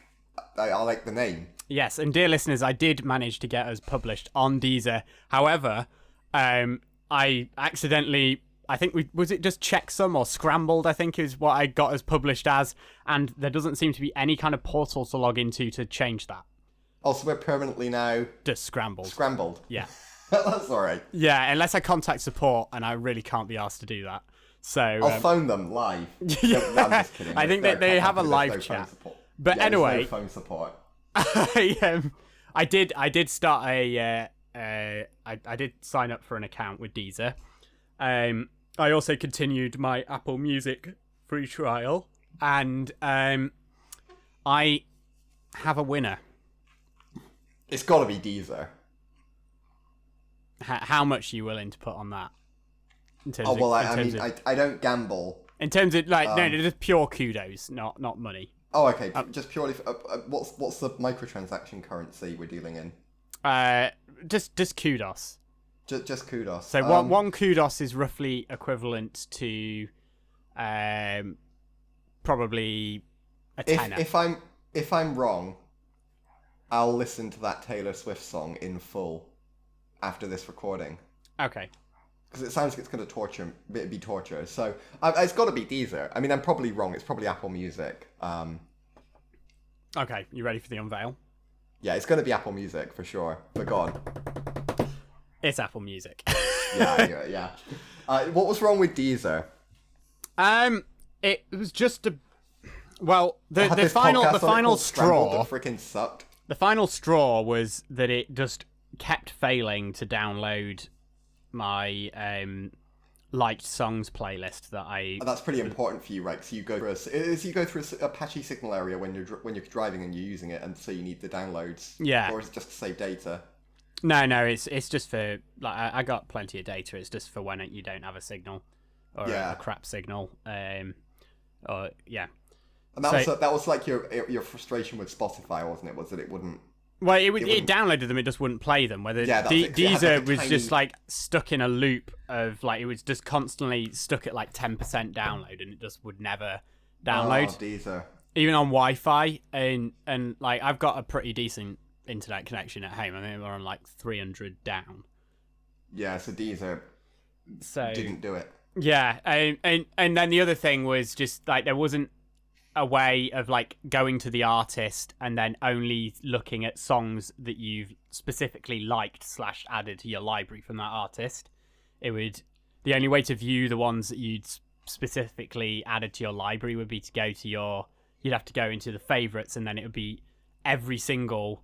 Speaker 2: I, I like the name.
Speaker 1: Yes, and dear listeners, I did manage to get us published on Deezer. However, um, I accidentally. I think we was it just checksum or scrambled. I think is what I got us published as, and there doesn't seem to be any kind of portal to log into to change that.
Speaker 2: Also, we're permanently now
Speaker 1: Just scrambled.
Speaker 2: scrambled.
Speaker 1: yeah.
Speaker 2: That's all right.
Speaker 1: Yeah, unless I contact support, and I really can't be asked to do that. So,
Speaker 2: I'll
Speaker 1: um,
Speaker 2: phone them live. No, I'm just kidding.
Speaker 1: I think that
Speaker 2: There's no
Speaker 1: they have a live
Speaker 2: company, there's no phone
Speaker 1: chat.
Speaker 2: support.
Speaker 1: But
Speaker 2: Yeah, there's no
Speaker 1: anyway-
Speaker 2: phone support.
Speaker 1: I um, I did I did start a uh, uh, I, I did sign up for an account with Deezer. Um, I also continued my Apple Music free trial, and um, I have a winner.
Speaker 2: It's got to be Deezer.
Speaker 1: H- how much are you willing to put on that? In terms
Speaker 2: Oh well,
Speaker 1: of,
Speaker 2: I,
Speaker 1: in
Speaker 2: I
Speaker 1: terms
Speaker 2: mean, Um.
Speaker 1: of,
Speaker 2: I, I don't gamble.
Speaker 1: in terms of like no, no, just pure kudos, not not money.
Speaker 2: Oh, okay. just purely. For, uh, uh, what's what's the microtransaction currency we're dealing in?
Speaker 1: Uh, just just kudos.
Speaker 2: Just, just kudos.
Speaker 1: So
Speaker 2: Um,
Speaker 1: one one kudos is roughly equivalent to um probably a tenner.
Speaker 2: if, if I'm if I'm wrong, I'll listen to that Taylor Swift song in full after this recording
Speaker 1: Okay.
Speaker 2: because it sounds like it's going to torture it'd be torture. So I, it's got to be Deezer. I mean, I'm probably wrong. It's probably Apple Music. Um,
Speaker 1: Okay, you ready for the unveil?
Speaker 2: yeah, it's going to be Apple Music for sure. But go on.
Speaker 1: It's Apple Music.
Speaker 2: Yeah, yeah. yeah. Uh, what was wrong with Deezer?
Speaker 1: um it was just a well, the,
Speaker 2: Had
Speaker 1: the
Speaker 2: this
Speaker 1: final
Speaker 2: podcast on
Speaker 1: the
Speaker 2: it
Speaker 1: final
Speaker 2: called Scrambled
Speaker 1: straw
Speaker 2: that freaking sucked.
Speaker 1: the final straw was that it just kept failing to download my um liked songs playlist that I
Speaker 2: And That's pretty important for you, right? So you go through a, is you go through a s- a patchy signal area when you're dr- when you're driving and you're using it, and so you need the downloads.
Speaker 1: Yeah.
Speaker 2: Or is it just to save data?
Speaker 1: No, no, it's it's just for like I, I got plenty of data. It's just for when you don't have a signal or a-
Speaker 2: Yeah.
Speaker 1: a crap signal. Um, or yeah.
Speaker 2: And that
Speaker 1: So-
Speaker 2: was uh, that was like your your frustration with Spotify, wasn't it? Was that it wouldn't?
Speaker 1: Well, it, would it downloaded them. It just wouldn't play them. Whether
Speaker 2: Yeah, that's
Speaker 1: De-
Speaker 2: it, 'cause it has,
Speaker 1: Deezer
Speaker 2: like, a
Speaker 1: was just
Speaker 2: tiny-
Speaker 1: like stuck in a loop of like it was just constantly stuck at like ten percent download, and it just would never download.
Speaker 2: Oh, Deezer.
Speaker 1: even on Wi-Fi and and like I've got a pretty decent internet connection at home. I think we're on like three hundred down.
Speaker 2: Yeah, so Deezer
Speaker 1: So
Speaker 2: didn't do it.
Speaker 1: Yeah, and, and and then the other thing was just like there wasn't a way of like going to the artist and then only looking at songs that you've specifically liked slash added to your library from that artist. It would the only way to view the ones that you'd s- specifically added to your library would be to go to your you'd have to go into the favorites and then it would be every single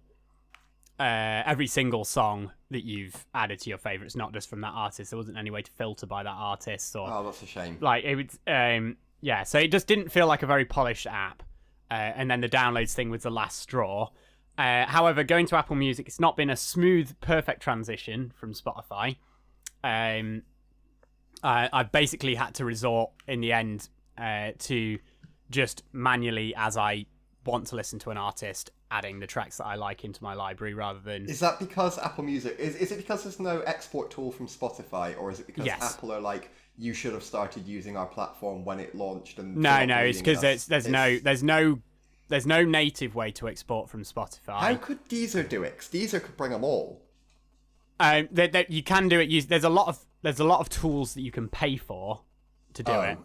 Speaker 1: uh, every single song that you've added to your favorites, not just from that artist. There wasn't any way to filter by that artist or
Speaker 2: Oh, that's a shame.
Speaker 1: like it was. Um, yeah, so it just didn't feel like a very polished app. Uh, and then the downloads thing was the last straw. Uh, however, going to Apple Music, it's not been a smooth, perfect transition from Spotify. Um, I, I basically had to resort in the end uh, to just manually, as I want to listen to an artist, adding the tracks that I like into my library rather than
Speaker 2: Is that because Apple Music is is it because there's no export tool from Spotify, or is it because
Speaker 1: Yes.
Speaker 2: Apple are like you should have started using our platform when it launched? And they're
Speaker 1: No,
Speaker 2: not
Speaker 1: no, it's
Speaker 2: reading
Speaker 1: because
Speaker 2: us?
Speaker 1: there's there's no there's no there's no native way to export from
Speaker 2: How
Speaker 1: Spotify.
Speaker 2: could Deezer do it? 'Cause Deezer could bring them all.
Speaker 1: Um, that that you can do it. Use there's a lot of there's a lot of tools that you can pay for to do it.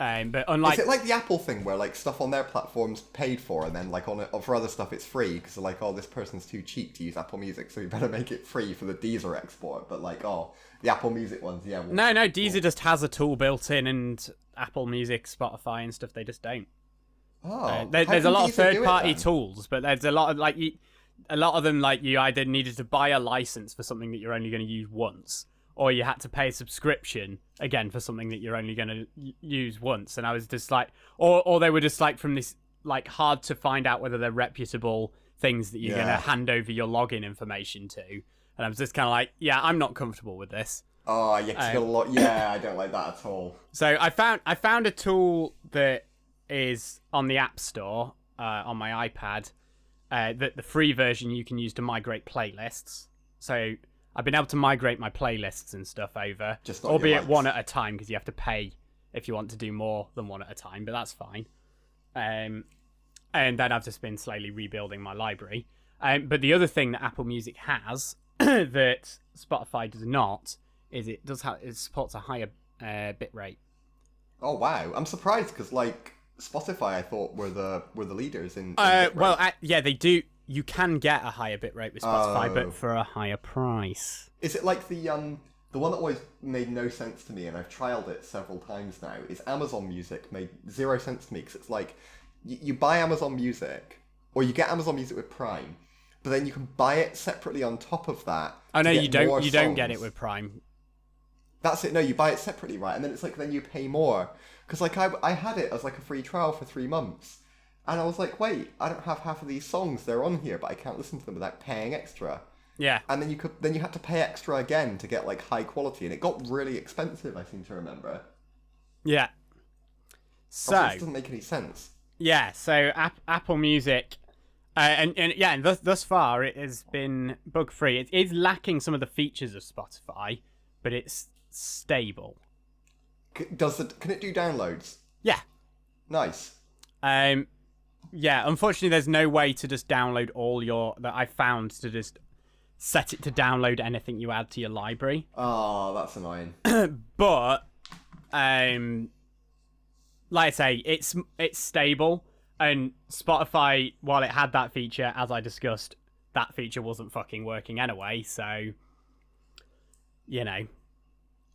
Speaker 1: Um, but unlike
Speaker 2: Is it like the Apple thing where like stuff on their platforms paid for, and then like on it, for other stuff it's free because like oh this person's too cheap to use Apple Music, so we better make it free for the Deezer export. But like oh the Apple Music ones, yeah, well,
Speaker 1: no, no, Deezer just has a tool built in, and Apple Music, Spotify, and stuff they just don't.
Speaker 2: oh,
Speaker 1: There,
Speaker 2: how
Speaker 1: there's a
Speaker 2: can
Speaker 1: lot of
Speaker 2: Deezer do it
Speaker 1: third party
Speaker 2: then?
Speaker 1: tools, but there's a lot of like you, a lot of them like you either needed to buy a license for something that you're only going to use once, or you had to pay a subscription again for something that you're only going to use once. And I was just like, or or they were just like from this like hard to find out whether they're reputable things that you're going
Speaker 2: Yeah.
Speaker 1: to hand over your login information to. And I was just kind of like, yeah, I'm not comfortable with this.
Speaker 2: Oh, yeah, 'cause
Speaker 1: I-
Speaker 2: you got a lot. Yeah, I don't like that at all.
Speaker 1: So I found I found a tool that is on the App Store uh, on my iPad. Uh, that the free version you can use to migrate playlists. So I've been able to migrate my playlists and stuff over,
Speaker 2: Just not your
Speaker 1: albeit
Speaker 2: likes.
Speaker 1: one at a time because you have to pay if you want to do more than one at a time, but that's fine. Um, and then I've just been slowly rebuilding my library. Um, but the other thing that Apple Music has that Spotify does not is it does have it supports a higher uh, bit rate.
Speaker 2: Oh wow, I'm surprised because like Spotify, I thought were the were the leaders in. in
Speaker 1: Uh,
Speaker 2: bitrate.
Speaker 1: well, uh, yeah, they do. You can get a higher bit rate with Spotify,
Speaker 2: Oh.
Speaker 1: but for a higher price.
Speaker 2: is it like the um the one that always made no sense to me, and I've trialed it several times now? Is Amazon Music made zero sense to me because it's like you, you buy Amazon Music or you get Amazon Music with Prime, but then you can buy it separately on top of that.
Speaker 1: Oh
Speaker 2: to
Speaker 1: no,
Speaker 2: get
Speaker 1: you don't.
Speaker 2: more
Speaker 1: You don't get
Speaker 2: songs.
Speaker 1: it with Prime.
Speaker 2: That's it. No, you buy it separately, right? And then it's like then you pay more because like I I had it as like a free trial for three months, and I was like, wait, I don't have half of these songs. They're on here, but I can't listen to them without paying extra.
Speaker 1: Yeah,
Speaker 2: And then you could then you had to pay extra again to get like high quality, and it got really expensive. I seem to remember.
Speaker 1: yeah.
Speaker 2: So
Speaker 1: So
Speaker 2: it doesn't make any sense.
Speaker 1: yeah, so App- Apple Music, uh, and and yeah, and thus thus far it has been bug free. It is lacking some of the features of Spotify, but it's stable.
Speaker 2: C- Does it? Can it do downloads?
Speaker 1: Yeah.
Speaker 2: Nice.
Speaker 1: Um, yeah. Unfortunately, there's no way to just download all your that I found to just set it to download anything you add to your library.
Speaker 2: Oh, that's annoying.
Speaker 1: but um like I say, it's it's stable and Spotify while it had that feature as I discussed, that feature wasn't fucking working anyway, so you know.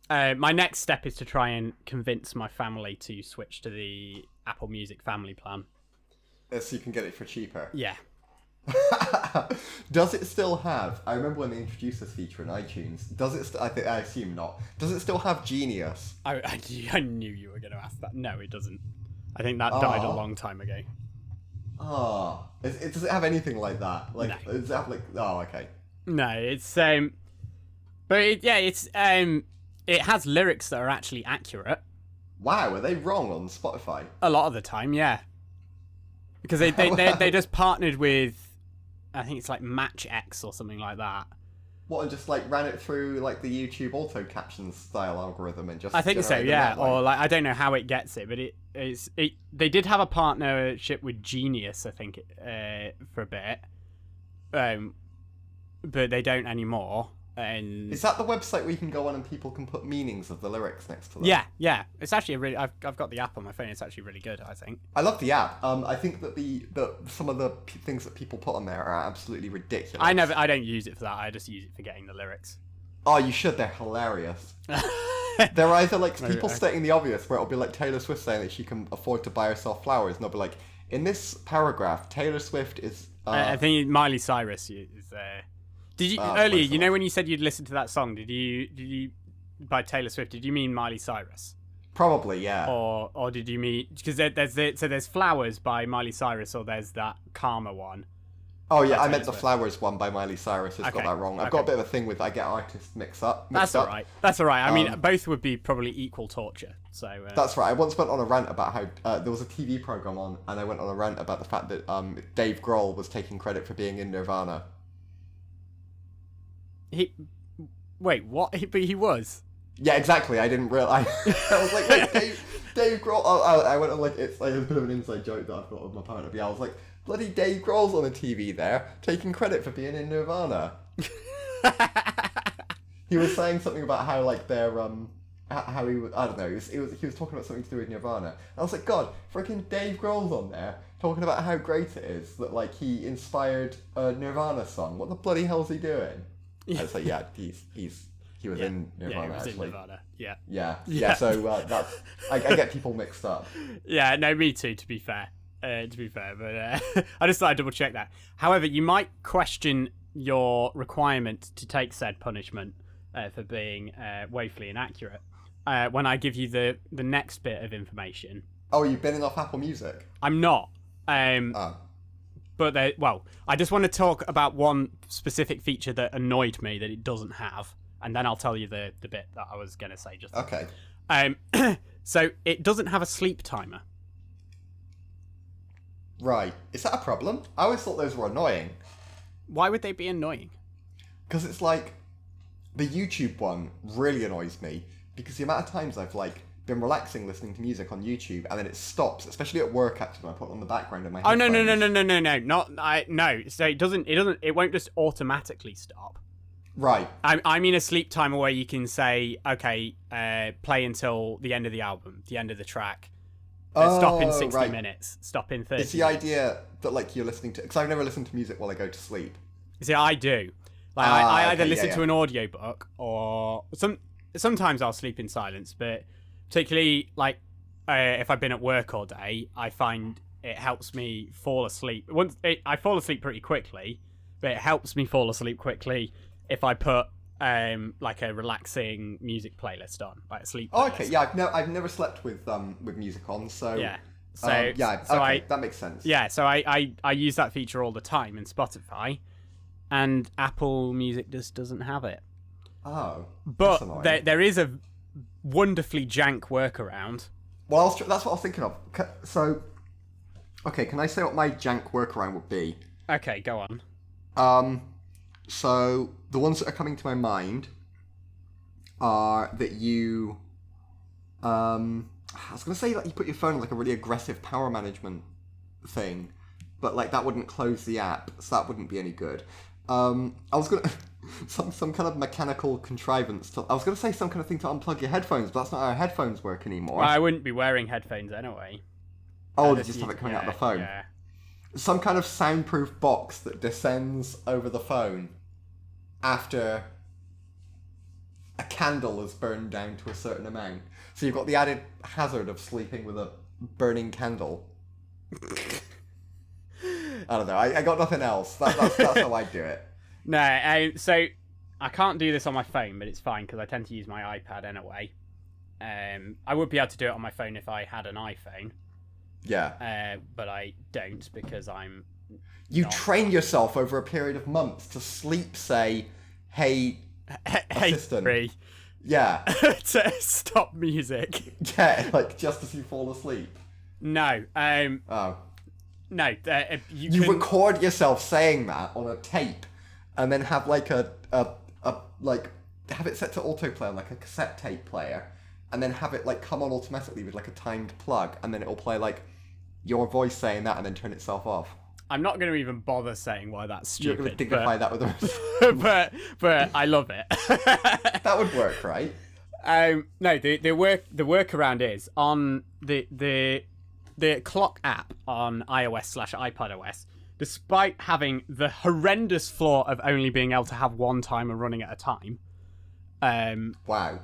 Speaker 1: Uh, my next step is to try and convince my family to switch to the Apple Music family plan.
Speaker 2: so you can get it for cheaper.
Speaker 1: Yeah.
Speaker 2: does it still have? I remember when they introduced this feature in iTunes. Does it? St- I think I assume not. Does it still have Genius?
Speaker 1: I, I, I knew you were going to ask that. No, it doesn't. I think that died a
Speaker 2: Aw.
Speaker 1: long time ago.
Speaker 2: Ah, is- it, does it have anything like that? Like,
Speaker 1: No.
Speaker 2: does it have like? Oh, okay.
Speaker 1: No, it's um, but it, yeah, it's um, it has lyrics that are actually accurate
Speaker 2: Wow, are they wrong on Spotify?
Speaker 1: a lot of the time, yeah, because they they they, they just partnered with, I think it's like Match X or something like that.
Speaker 2: What and just like ran it through like the YouTube auto caption style algorithm and just.
Speaker 1: I think so,
Speaker 2: generated
Speaker 1: yeah,
Speaker 2: that way?
Speaker 1: or like I don't know how it gets it, but it it's it they did have a partnership with Genius, I think, uh, for a bit, um, but they don't anymore, and
Speaker 2: Is that the website where you can go on and people can put meanings of the lyrics next to them?
Speaker 1: yeah, yeah, it's actually a really I've I've got the app on my phone, it's actually really good, I think.
Speaker 2: I love the app. Um, I think that the that some of the p- things that people put on there are absolutely ridiculous.
Speaker 1: I never. I don't use it for that. I just use it for getting the lyrics.
Speaker 2: Oh, you should. They're hilarious. They're either like people
Speaker 1: I-
Speaker 2: stating the obvious, where it'll be like Taylor Swift saying that she can afford to buy herself flowers, and they'll be like, in this paragraph, Taylor Swift is. Uh,
Speaker 1: I I think Miley Cyrus u- is there. Did you
Speaker 2: Ah,
Speaker 1: earlier?
Speaker 2: Miley
Speaker 1: You know
Speaker 2: Cyrus.
Speaker 1: when you said you'd listen to that song? Did you? Did you? By Taylor Swift? Did you mean Miley Cyrus,
Speaker 2: probably, yeah.
Speaker 1: or or did you mean? Because there, there's the, so there's flowers by Miley Cyrus, or there's that Karma one.
Speaker 2: oh, yeah, I
Speaker 1: Taylor
Speaker 2: meant the
Speaker 1: Swift.
Speaker 2: flowers one by Miley Cyrus. has
Speaker 1: Okay,
Speaker 2: got that wrong. I've got a
Speaker 1: okay.
Speaker 2: bit of a thing with I get artists mixed up. Mixed
Speaker 1: That's
Speaker 2: up.
Speaker 1: all right. That's all right. I mean,
Speaker 2: Um,
Speaker 1: both would be probably equal torture. So uh,
Speaker 2: That's right. I once went on a rant about how uh, there was a TV program on, and I went on a rant about the fact that um, Dave Grohl was taking credit for being in Nirvana.
Speaker 1: he. Wait, what? He, but he was.
Speaker 2: Yeah, exactly. I didn't realize. I was like, wait, Dave, Dave Grohl. Oh, I, I went on like it's like a bit of an inside joke that I've got with my partner. But yeah, I was like, bloody Dave Grohl's on the TV there, taking credit for being in Nirvana. he was saying something about how like their um h- how he was I don't know he was, he was he was talking about something to do with Nirvana. And I was like, God, freaking Dave Grohl's on there talking about how great it is that like he inspired a Nirvana song. What the bloody hell's he doing? I was like, yeah, he's he's he was in Nirvana
Speaker 1: yeah, he was
Speaker 2: actually.
Speaker 1: in Nevada. Yeah.
Speaker 2: Yeah,
Speaker 1: Yeah.
Speaker 2: yeah. so uh, that's I, I get people mixed up.
Speaker 1: Yeah, no, me too. To be fair, uh, to be fair, but uh, I just thought I'd double check that. However, you might question your requirement to take said punishment uh, for being uh, woefully inaccurate. Uh, when I give you the the next bit of information,
Speaker 2: Oh, you've been off Apple Music.
Speaker 1: I'm not. Um,
Speaker 2: Oh.
Speaker 1: but they, well, I just want to talk about one specific feature that annoyed me that it doesn't have, and then I'll tell you the the bit that I was gonna say just.
Speaker 2: Okay.
Speaker 1: Um, so it doesn't have a sleep timer.
Speaker 2: Right. Is that a problem? I always thought those were annoying.
Speaker 1: Why would they be annoying?
Speaker 2: Because it's like the YouTube one really annoys me because the amount of times I've like been relaxing listening to music on YouTube and then it stops, especially at work actually when I put it on the background in my
Speaker 1: Oh no no no
Speaker 2: headphones.
Speaker 1: no no no no not I no so it doesn't it doesn't it won't just automatically stop.
Speaker 2: Right.
Speaker 1: I I mean a sleep timer where you can say okay uh, play until the end of the album the end of the track uh, stop in
Speaker 2: Oh,
Speaker 1: sixty
Speaker 2: right.
Speaker 1: minutes stop in
Speaker 2: It's
Speaker 1: thirty.
Speaker 2: the idea that like you're listening to because I've never listened to music while I go to sleep.
Speaker 1: See I do like
Speaker 2: Ah,
Speaker 1: I, I
Speaker 2: okay,
Speaker 1: either
Speaker 2: yeah,
Speaker 1: listen
Speaker 2: yeah.
Speaker 1: to an audiobook or some sometimes I'll sleep in silence but particularly like uh, if I've been at work all day I find it helps me fall asleep once it, I fall asleep pretty quickly. but it helps me fall asleep quickly if I put um like a relaxing music playlist on, like a sleep.
Speaker 2: Oh,
Speaker 1: playlist.
Speaker 2: okay. Yeah, I've no, I've never slept with um with music on, so
Speaker 1: Yeah. So
Speaker 2: um, yeah,
Speaker 1: so
Speaker 2: okay,
Speaker 1: I
Speaker 2: that makes sense.
Speaker 1: yeah, so I, I I use that feature all the time in Spotify, and Apple Music just doesn't have it.
Speaker 2: Oh. That's
Speaker 1: But
Speaker 2: annoying.
Speaker 1: there there is a wonderfully jank workaround.
Speaker 2: Well, I was, tr- that's what I was thinking of. C- So, okay, can I say what my jank workaround would be?
Speaker 1: Okay, go on.
Speaker 2: Um, so the ones that are coming to my mind are that you, um, I was gonna say like you put your phone on like a really aggressive power management thing, but like that wouldn't close the app, so that wouldn't be any good. Um, I was gonna some some kind of mechanical contrivance to. I was gonna say some kind of thing to unplug your headphones, but that's not how headphones work anymore.
Speaker 1: I wouldn't be wearing headphones anyway.
Speaker 2: oh,
Speaker 1: I
Speaker 2: they just have
Speaker 1: use-
Speaker 2: it coming out
Speaker 1: yeah,
Speaker 2: of the phone.
Speaker 1: Yeah.
Speaker 2: some kind of soundproof box that descends over the phone after a candle is burned down to a certain amount. So you've got the added hazard of sleeping with a burning candle. I don't know. I, I got nothing else. That, that's, that's how I do it.
Speaker 1: No, I, so I can't do this on my phone, but it's fine because I tend to use my iPad anyway. Um, I would be able to do it on my phone if I had an iPhone,
Speaker 2: Yeah.
Speaker 1: uh, but I don't because I'm.
Speaker 2: You
Speaker 1: No.
Speaker 2: train yourself over a period of months to sleep, say, hey,
Speaker 1: Hey,
Speaker 2: Assistant.
Speaker 1: Siri,
Speaker 2: yeah,
Speaker 1: to stop music.
Speaker 2: yeah, like just as you fall asleep.
Speaker 1: No, um,
Speaker 2: Oh.
Speaker 1: no. Uh, you
Speaker 2: you
Speaker 1: can,
Speaker 2: record yourself saying that on a tape and then have like a, a, a like have it set to autoplay on like a cassette tape player and then have it like come on automatically with like a timed plug and then it'll play like your voice saying that and then turn itself off
Speaker 1: I'm not going to even bother saying why that's
Speaker 2: you're going to
Speaker 1: stupid,
Speaker 2: dignify
Speaker 1: but,
Speaker 2: that with a
Speaker 1: but but I love it.
Speaker 2: that would work right
Speaker 1: Um, no, the the work the workaround is on the the the clock app on iOS slash iPad OS. Despite having the horrendous flaw of only being able to have one timer running at a time, um,
Speaker 2: wow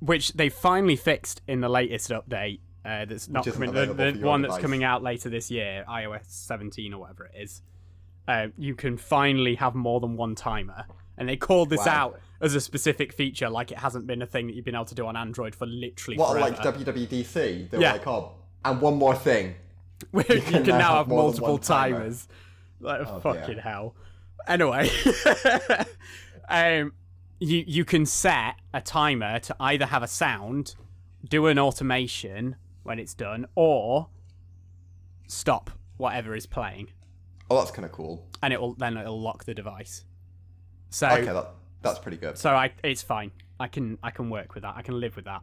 Speaker 1: which they finally fixed in the latest update. Uh, that's not
Speaker 2: isn't
Speaker 1: coming. The,
Speaker 2: available
Speaker 1: the
Speaker 2: for your
Speaker 1: one that's
Speaker 2: device.
Speaker 1: coming out later this year, iOS 17 or whatever it is. Uh, you can finally have more than one timer, and they called this
Speaker 2: Wow.
Speaker 1: out as a specific feature, like it hasn't been a thing that you've been able to do on Android for literally
Speaker 2: what
Speaker 1: forever.
Speaker 2: like wwdc they're
Speaker 1: Yeah.
Speaker 2: like oh and one more thing
Speaker 1: Where you can, now
Speaker 2: now have
Speaker 1: have
Speaker 2: more than
Speaker 1: multiple
Speaker 2: one timer.
Speaker 1: timers. Like
Speaker 2: dear.
Speaker 1: fucking hell. Anyway, um, you you can set a timer to either have a sound, do an automation when it's done, or stop whatever is playing,
Speaker 2: oh that's kind of cool
Speaker 1: and it will then it'll lock the device. So
Speaker 2: okay that, that's pretty good
Speaker 1: so I it's fine. I can I can work with that. I can live with that.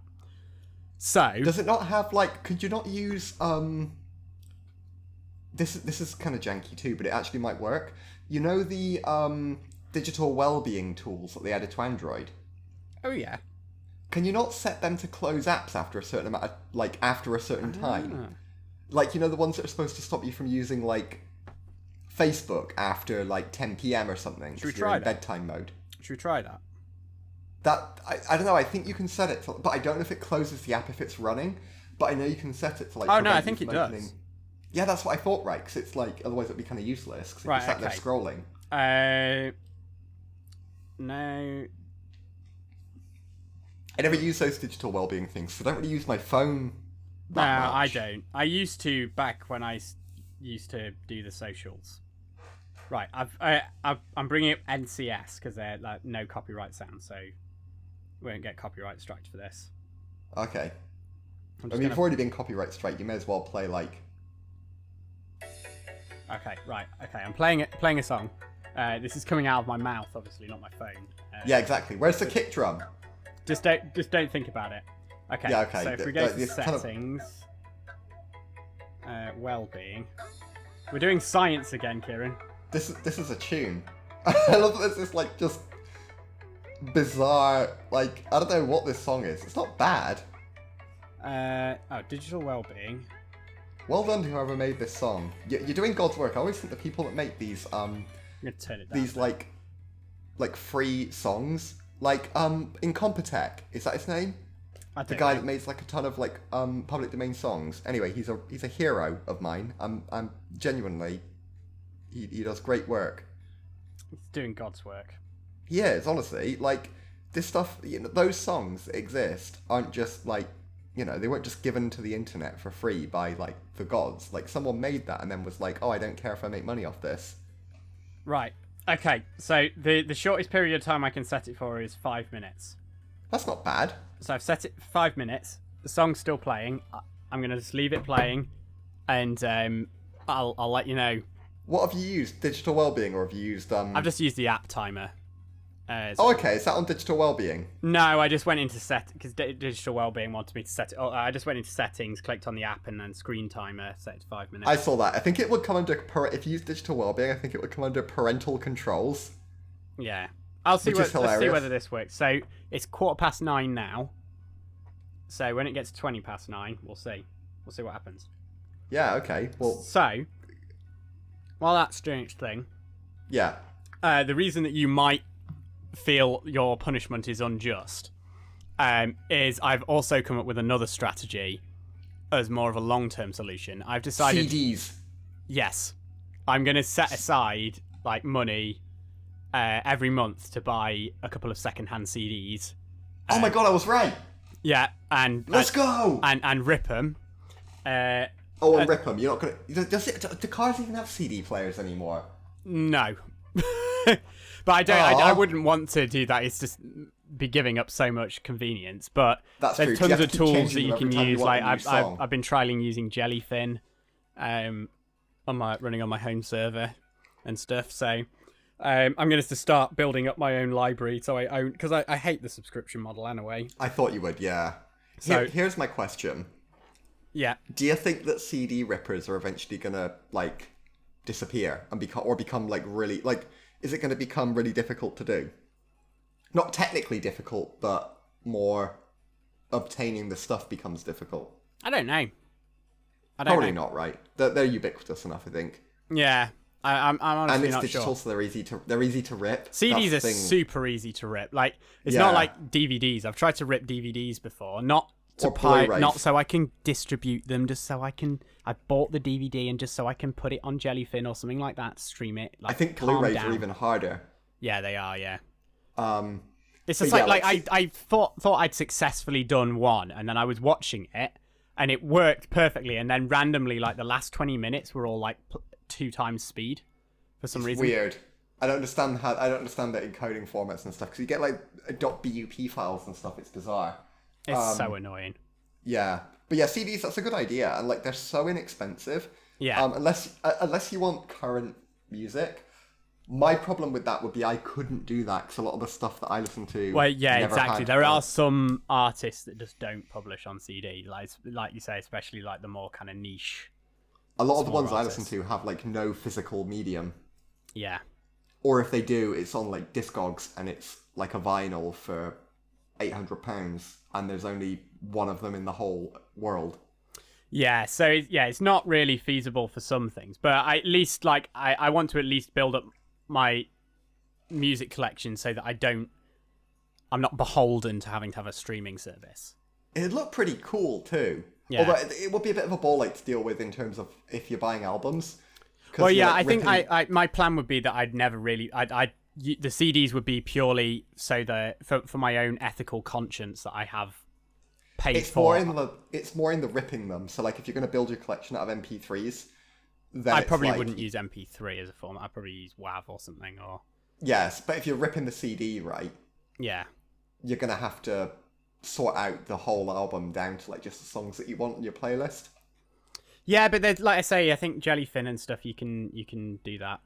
Speaker 1: So
Speaker 2: Does it not have like? Could you not use um? This this is kind of janky too, but it actually might work. You know the um digital well-being tools that they added to Android.
Speaker 1: oh yeah.
Speaker 2: Can you not set them to close apps after a certain amount, of, like after a certain
Speaker 1: Ah.
Speaker 2: time? Like you know the ones that are supposed to stop you from using like Facebook after like 10 p.m. or something.
Speaker 1: we
Speaker 2: so you're
Speaker 1: try
Speaker 2: in
Speaker 1: that?
Speaker 2: bedtime mode?
Speaker 1: Should we try that?
Speaker 2: That I, I don't know. I think you can set it, to, but I don't know if it closes the app if it's running. But I know you can set it to like.
Speaker 1: Oh, no,
Speaker 2: prevent
Speaker 1: I
Speaker 2: you
Speaker 1: think
Speaker 2: from
Speaker 1: it does.
Speaker 2: opening- Yeah, that's what I thought, right? Because it's like otherwise it'd be kind of useless. Because
Speaker 1: Right,
Speaker 2: if you sat there
Speaker 1: Uh, okay.
Speaker 2: scrolling,
Speaker 1: Uh, no.
Speaker 2: I never use those digital well-being things, so I don't really use my phone.
Speaker 1: No,
Speaker 2: That
Speaker 1: I
Speaker 2: much.
Speaker 1: don't. I used to back when I s- used to do the socials. Right, I've, I, I've I'm bringing up NCS because they're like no copyright sound, so we won't get copyright striked for this. I'm
Speaker 2: Okay. I
Speaker 1: just
Speaker 2: mean, you've
Speaker 1: gonna...
Speaker 2: already been copyright strike. You may as well play like.
Speaker 1: Okay, right, okay. I'm playing it, playing a song. Uh, this is coming out of my mouth, obviously, not my phone. Uh,
Speaker 2: Yeah, exactly. Where's the kick drum?
Speaker 1: Just don't just don't think about it. Okay.
Speaker 2: Yeah, okay,
Speaker 1: So if
Speaker 2: th-
Speaker 1: we go
Speaker 2: th-
Speaker 1: to
Speaker 2: it's kind of-
Speaker 1: settings, uh, well-being. We're doing science again, Kieran.
Speaker 2: This is this is a tune. I love that this is like just bizarre. Like I don't know what this song is. It's not bad.
Speaker 1: Uh, oh, digital well-being.
Speaker 2: Well done to whoever made this song. You- You're doing God's work. I always think the people that make these um
Speaker 1: I'm gonna turn it down.
Speaker 2: these like like free songs like um Incompetech is that his name?
Speaker 1: I
Speaker 2: The
Speaker 1: don't
Speaker 2: guy
Speaker 1: know.
Speaker 2: that makes like a ton of like um public domain songs. Anyway, he's a he's a hero of mine. I'm I'm genuinely he, he does great work.
Speaker 1: It's doing God's work.
Speaker 2: He is honestly like this stuff. You know, those songs that exist aren't just like you know they weren't just given to the internet for free by like the gods. Like someone made that and then was like, oh, I don't care if I make money off this.
Speaker 1: Right. Okay. So the the shortest period of time I can set it for is five minutes.
Speaker 2: That's not bad.
Speaker 1: So I've set it for five minutes. The song's still playing. I- I'm gonna just leave it playing, and um, I'll I'll let you know.
Speaker 2: What have you used? Digital well-being, or have you used um?
Speaker 1: I've just used the app timer. Uh, so-
Speaker 2: Oh, okay. Is that on digital well-being?
Speaker 1: No, I just went into set because digital wellbeing wanted me to set it. Oh, I just went into settings, clicked on the app, and then screen timer set it to five minutes.
Speaker 2: I saw that. I think it would come under par- if you use digital well-being. I think it would come under parental controls.
Speaker 1: Yeah, I'll see.
Speaker 2: Which
Speaker 1: What, let's
Speaker 2: is
Speaker 1: see
Speaker 2: hilarious.
Speaker 1: whether this works. So it's quarter past nine now. So when it gets to twenty past nine, we'll see. We'll see what happens.
Speaker 2: Yeah. Okay. Well.
Speaker 1: So while that's doing its thing,
Speaker 2: Yeah.
Speaker 1: uh, the reason that you might feel your punishment is unjust um, is I've also come up with another strategy as more of a long-term solution. I've decided.
Speaker 2: CDs.
Speaker 1: Yes. I'm going to set aside like money uh, every month to buy a couple of secondhand CDs. Uh,
Speaker 2: Oh my god! I was right.
Speaker 1: Yeah, and uh,
Speaker 2: Let's go.
Speaker 1: and and rip them. Uh,
Speaker 2: Oh, and rip them. You're not gonna. Does does it, do, do cars even have CD players anymore?
Speaker 1: no. but I don't. I, I
Speaker 2: Aw.
Speaker 1: wouldn't want to do that. It's just be giving up so much convenience. But
Speaker 2: That's
Speaker 1: there's
Speaker 2: true, 'cause you
Speaker 1: tons
Speaker 2: have
Speaker 1: of
Speaker 2: to keep
Speaker 1: tools
Speaker 2: changing
Speaker 1: that you
Speaker 2: them
Speaker 1: can
Speaker 2: every time you
Speaker 1: use.
Speaker 2: want
Speaker 1: Like
Speaker 2: a new
Speaker 1: I've, I've
Speaker 2: song.
Speaker 1: I've been trialing using Jellyfin, um, on my running on my home server and stuff. So. Um, I'm going to start building up my own library, so I own because I, I hate the subscription model anyway.
Speaker 2: I thought you would. Yeah.
Speaker 1: So-
Speaker 2: Here, here's my question.
Speaker 1: Yeah,
Speaker 2: Do you think that CD rippers are eventually gonna like disappear and become or become like really like? Is it gonna become really difficult to do? Not technically difficult, but more obtaining the stuff becomes difficult.
Speaker 1: I don't know. I don't
Speaker 2: Probably
Speaker 1: know.
Speaker 2: not, right? They're, they're ubiquitous enough, I think.
Speaker 1: Yeah, I, I'm, I'm
Speaker 2: And
Speaker 1: honestly
Speaker 2: it's
Speaker 1: not
Speaker 2: digital,
Speaker 1: sure.
Speaker 2: so they're easy to they're easy to rip.
Speaker 1: CDs are
Speaker 2: That's the thing.
Speaker 1: super easy to rip. Like it's not
Speaker 2: Yeah.
Speaker 1: like DVDs. I've tried to rip DVDs before, not to
Speaker 2: Or
Speaker 1: pi-
Speaker 2: Blu-rays.
Speaker 1: not so I can distribute them, just so I can. I bought the DVD and just so I can put it on Jellyfin or something like that, stream it. Like,
Speaker 2: I think
Speaker 1: calm
Speaker 2: Blu-rays
Speaker 1: down.
Speaker 2: are even harder.
Speaker 1: Yeah, they are. Yeah.
Speaker 2: Um,
Speaker 1: It's just
Speaker 2: But
Speaker 1: like,
Speaker 2: yeah,
Speaker 1: like I, I
Speaker 2: like-
Speaker 1: thought thought I'd successfully done one, and then I was watching it, and it worked perfectly. And then randomly, like the last twenty minutes were all like pl- two times speed, for some reason.
Speaker 2: weird. I don't understand how I don't understand the encoding formats and stuff because you get like .bup files and stuff. It's bizarre.
Speaker 1: It's
Speaker 2: Um,
Speaker 1: so annoying.
Speaker 2: Yeah, but yeah, CDs. That's a good idea, and like they're so inexpensive.
Speaker 1: Yeah.
Speaker 2: Um, unless uh, unless you want current music. My problem with that would be I couldn't do that because a lot of the stuff that I listen to.
Speaker 1: Well, yeah,
Speaker 2: never
Speaker 1: exactly.
Speaker 2: had
Speaker 1: There
Speaker 2: current-
Speaker 1: are some artists that just don't publish on CD, like like you say, especially like the more kind of niche.
Speaker 2: a lot of the
Speaker 1: smaller
Speaker 2: ones I listen
Speaker 1: artists.
Speaker 2: to have like no physical medium,
Speaker 1: Yeah,
Speaker 2: or if they do, it's on like Discogs and it's like a vinyl for eight hundred pounds, and there's only one of them in the whole world.
Speaker 1: yeah. So it- yeah, it's not really feasible for some things, but I, at least like I, I want to at least build up my music collection so that I don't, I'm not beholden to having to have a streaming service.
Speaker 2: It'd look pretty cool too.
Speaker 1: Yeah.
Speaker 2: Although it it would be a bit of a ball like to deal with in terms of if you're buying albums. 'Cause
Speaker 1: Well,
Speaker 2: you're,
Speaker 1: yeah,
Speaker 2: like,
Speaker 1: I think
Speaker 2: ripping-
Speaker 1: I, I my plan would be that I'd never really I'd, I'd y- the CDs would be purely so that for, for my own ethical conscience that I have paid
Speaker 2: It's
Speaker 1: for.
Speaker 2: more in the it's more in the ripping them. So like if you're going to build your collection out of MP3s, then
Speaker 1: I
Speaker 2: it's
Speaker 1: probably
Speaker 2: like-
Speaker 1: wouldn't use MP3 as a format. I'd probably use WAV or something. Or
Speaker 2: Yes, but if you're ripping the CD right,
Speaker 1: yeah,
Speaker 2: you're going to have to sort out the whole album down to like just the songs that you want on your playlist.
Speaker 1: yeah. But there's, like I say, I think Jellyfin and stuff. You can you can do that.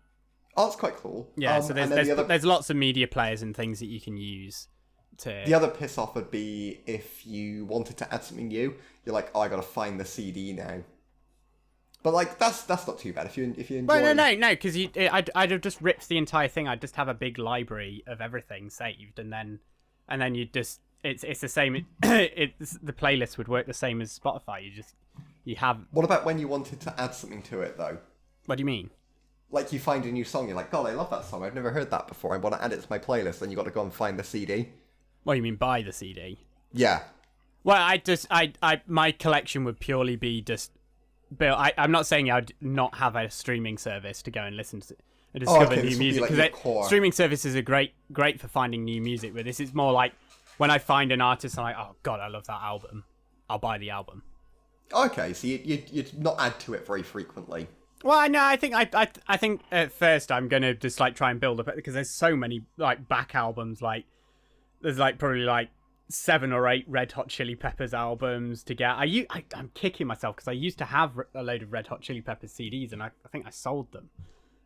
Speaker 2: Oh, that's quite cool.
Speaker 1: Yeah.
Speaker 2: Um,
Speaker 1: so there's
Speaker 2: and then
Speaker 1: there's,
Speaker 2: the other
Speaker 1: there's lots of media players and things that you can use to.
Speaker 2: The other piss off would be if you wanted to add something new, you're like, oh, I gotta find the CD now. But like, that's that's not too bad if you if you enjoy.
Speaker 1: Well, no, no, no, because you, I'd, I'd have just ripped the entire thing. I'd just have a big library of everything saved, and then, and then you just, it's, it's the same. It, it's the playlist would work the same as Spotify. You just, you have.
Speaker 2: What about when you wanted to add something to it though?
Speaker 1: What do you mean?
Speaker 2: Like you find a new song, you're like, God, I love that song. I've never heard that before. I want to add it to my playlist. Then you got to go and find the CD.
Speaker 1: What do you mean buy the CD?
Speaker 2: Yeah,
Speaker 1: Well, I just, I, I, my collection would purely be just. Bill, I, I'm not saying I'd not have a streaming service to go and listen to and discover
Speaker 2: Oh, okay, this
Speaker 1: new
Speaker 2: would be
Speaker 1: music
Speaker 2: like your
Speaker 1: it-
Speaker 2: core.
Speaker 1: streaming services are great, great for finding new music. But this is more like when I find an artist, I'm like, oh god, I love that album. I'll buy the album.
Speaker 2: okay. So you you you'd not add to it very frequently.
Speaker 1: Well, I know. I think I, I, I think at first I'm gonna just like try and build up it because there's so many like back albums. Like there's like probably like seven or eight Red Hot Chili Peppers albums to get. I, u- I I'm kicking myself because I used to have r- a load of Red Hot Chili Peppers CDs and I, I think I sold them.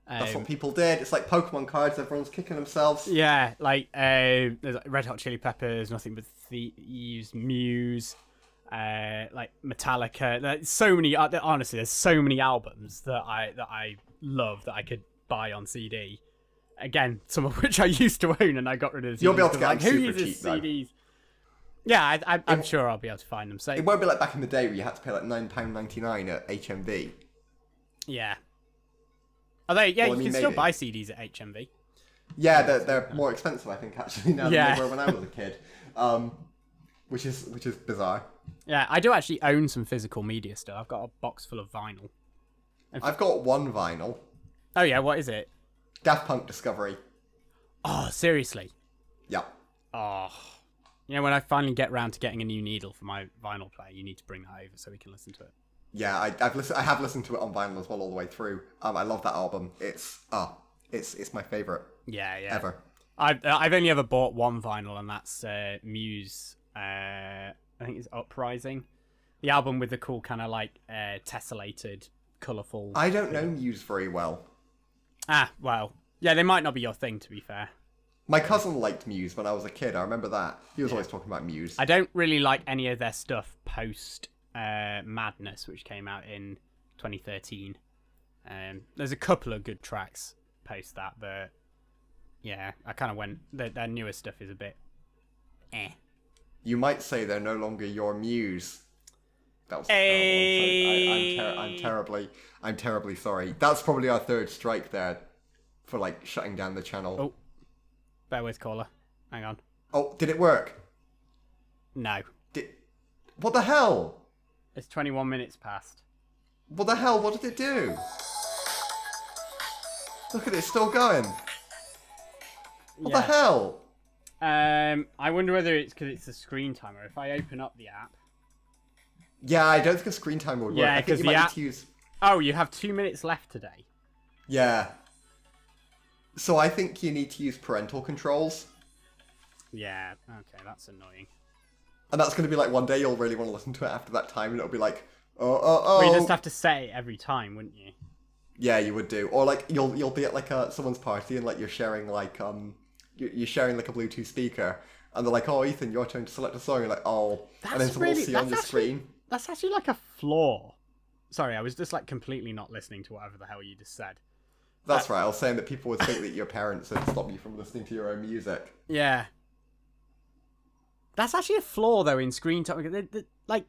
Speaker 2: That's
Speaker 1: Um,
Speaker 2: what people did. It's like Pokemon cards. Everyone's kicking themselves.
Speaker 1: yeah, like uh, there's like Red Hot Chili Peppers, Nothing But Thieves, Muse, uh, like Metallica. There's so many. uh, there- Honestly, there's so many albums that I that I love that I could buy on CD. Again, some of which I used to own, and I got rid of. The
Speaker 2: You'll be able
Speaker 1: CDs,
Speaker 2: to get
Speaker 1: like,
Speaker 2: them
Speaker 1: who
Speaker 2: super
Speaker 1: uses
Speaker 2: cheap, though.
Speaker 1: CDs? Yeah, I, I, I'm sure I'll be able to find them. So
Speaker 2: It won't be like back in the day where you had to pay like nine pound ninety nine at HMV.
Speaker 1: yeah. Although yeah,
Speaker 2: Well, I
Speaker 1: you
Speaker 2: mean,
Speaker 1: can still
Speaker 2: maybe.
Speaker 1: buy CDs at HMV.
Speaker 2: Yeah, they're, they're more expensive, I think, actually, now
Speaker 1: Yeah.
Speaker 2: than they were when I was a kid. Um, which is which is bizarre.
Speaker 1: Yeah, I do actually own some physical media still. I've got a box full of vinyl.
Speaker 2: I've got one vinyl,
Speaker 1: Oh yeah, what is it?
Speaker 2: Daft Punk Discovery.
Speaker 1: Oh, seriously.
Speaker 2: Yeah,
Speaker 1: Oh. You know, when I finally get round to getting a new needle for my vinyl player, you need to bring that over so we can listen to it.
Speaker 2: yeah. I, I've listened. I have listened to it on vinyl as well all the way through. Um, I love that album. It's ah, it's it's my favorite
Speaker 1: Yeah, yeah.
Speaker 2: ever.
Speaker 1: I've uh, I've only ever bought one vinyl, and that's uh, Muse. Uh, I think it's Uprising, the album with the cool kind of like uh, tessellated, colourful.
Speaker 2: I don't know Muse very well.
Speaker 1: Ah, well, yeah, they might not be your thing, to be fair.
Speaker 2: My cousin liked Muse when I was a kid. I remember that. He was always talking about Muse.
Speaker 1: I don't really like any of their stuff post uh, Madness, which came out in 2013. Um, there's a couple of good tracks post that, but yeah, I kind of went. Their, their newer stuff is a bit eh.
Speaker 2: You might say they're no longer your muse. That was
Speaker 1: Hey.
Speaker 2: terrible. I'm, sorry. I, am terribly, I'm terribly sorry. That's probably our third strike there, for like shutting down the channel.
Speaker 1: Oh, bear with caller. Hang on.
Speaker 2: Oh, did it work?
Speaker 1: No,
Speaker 2: Did what the hell?
Speaker 1: it's 21 minutes past.
Speaker 2: What the hell? What did it do? Look at it, it's still going. What the
Speaker 1: Yeah.
Speaker 2: hell?
Speaker 1: Um, I wonder whether it's because it's the screen time, or If I open up the app.
Speaker 2: Yeah, I don't think a screen time would work.
Speaker 1: Yeah,
Speaker 2: I think
Speaker 1: 'cause
Speaker 2: you
Speaker 1: the
Speaker 2: might
Speaker 1: app-
Speaker 2: need to use.
Speaker 1: Oh, you have two minutes left today.
Speaker 2: Yeah. So I think you need to use parental controls.
Speaker 1: Yeah. Okay, that's annoying.
Speaker 2: And that's going to be like one day you'll really want to listen to it after that time, and it'll be like, oh, oh, oh.
Speaker 1: Well, you just have to say it every time, wouldn't you?
Speaker 2: Yeah, you would do. Or like you'll you'll be at like a someone's party and like you're sharing like um you- you're sharing like a Bluetooth speaker, and they're like, oh, Ethan, your turn to select a song. You're like, oh, and then
Speaker 1: That's
Speaker 2: someone
Speaker 1: really-
Speaker 2: will see on
Speaker 1: that's
Speaker 2: your
Speaker 1: actually-
Speaker 2: screen.
Speaker 1: That's actually like a flaw. Sorry, I was just like completely not listening to whatever the hell you just said.
Speaker 2: That's right. I was saying that people would think that your parents would stop you from listening to your own music.
Speaker 1: Yeah. That's actually a flaw though in screen time. because it- it- Like,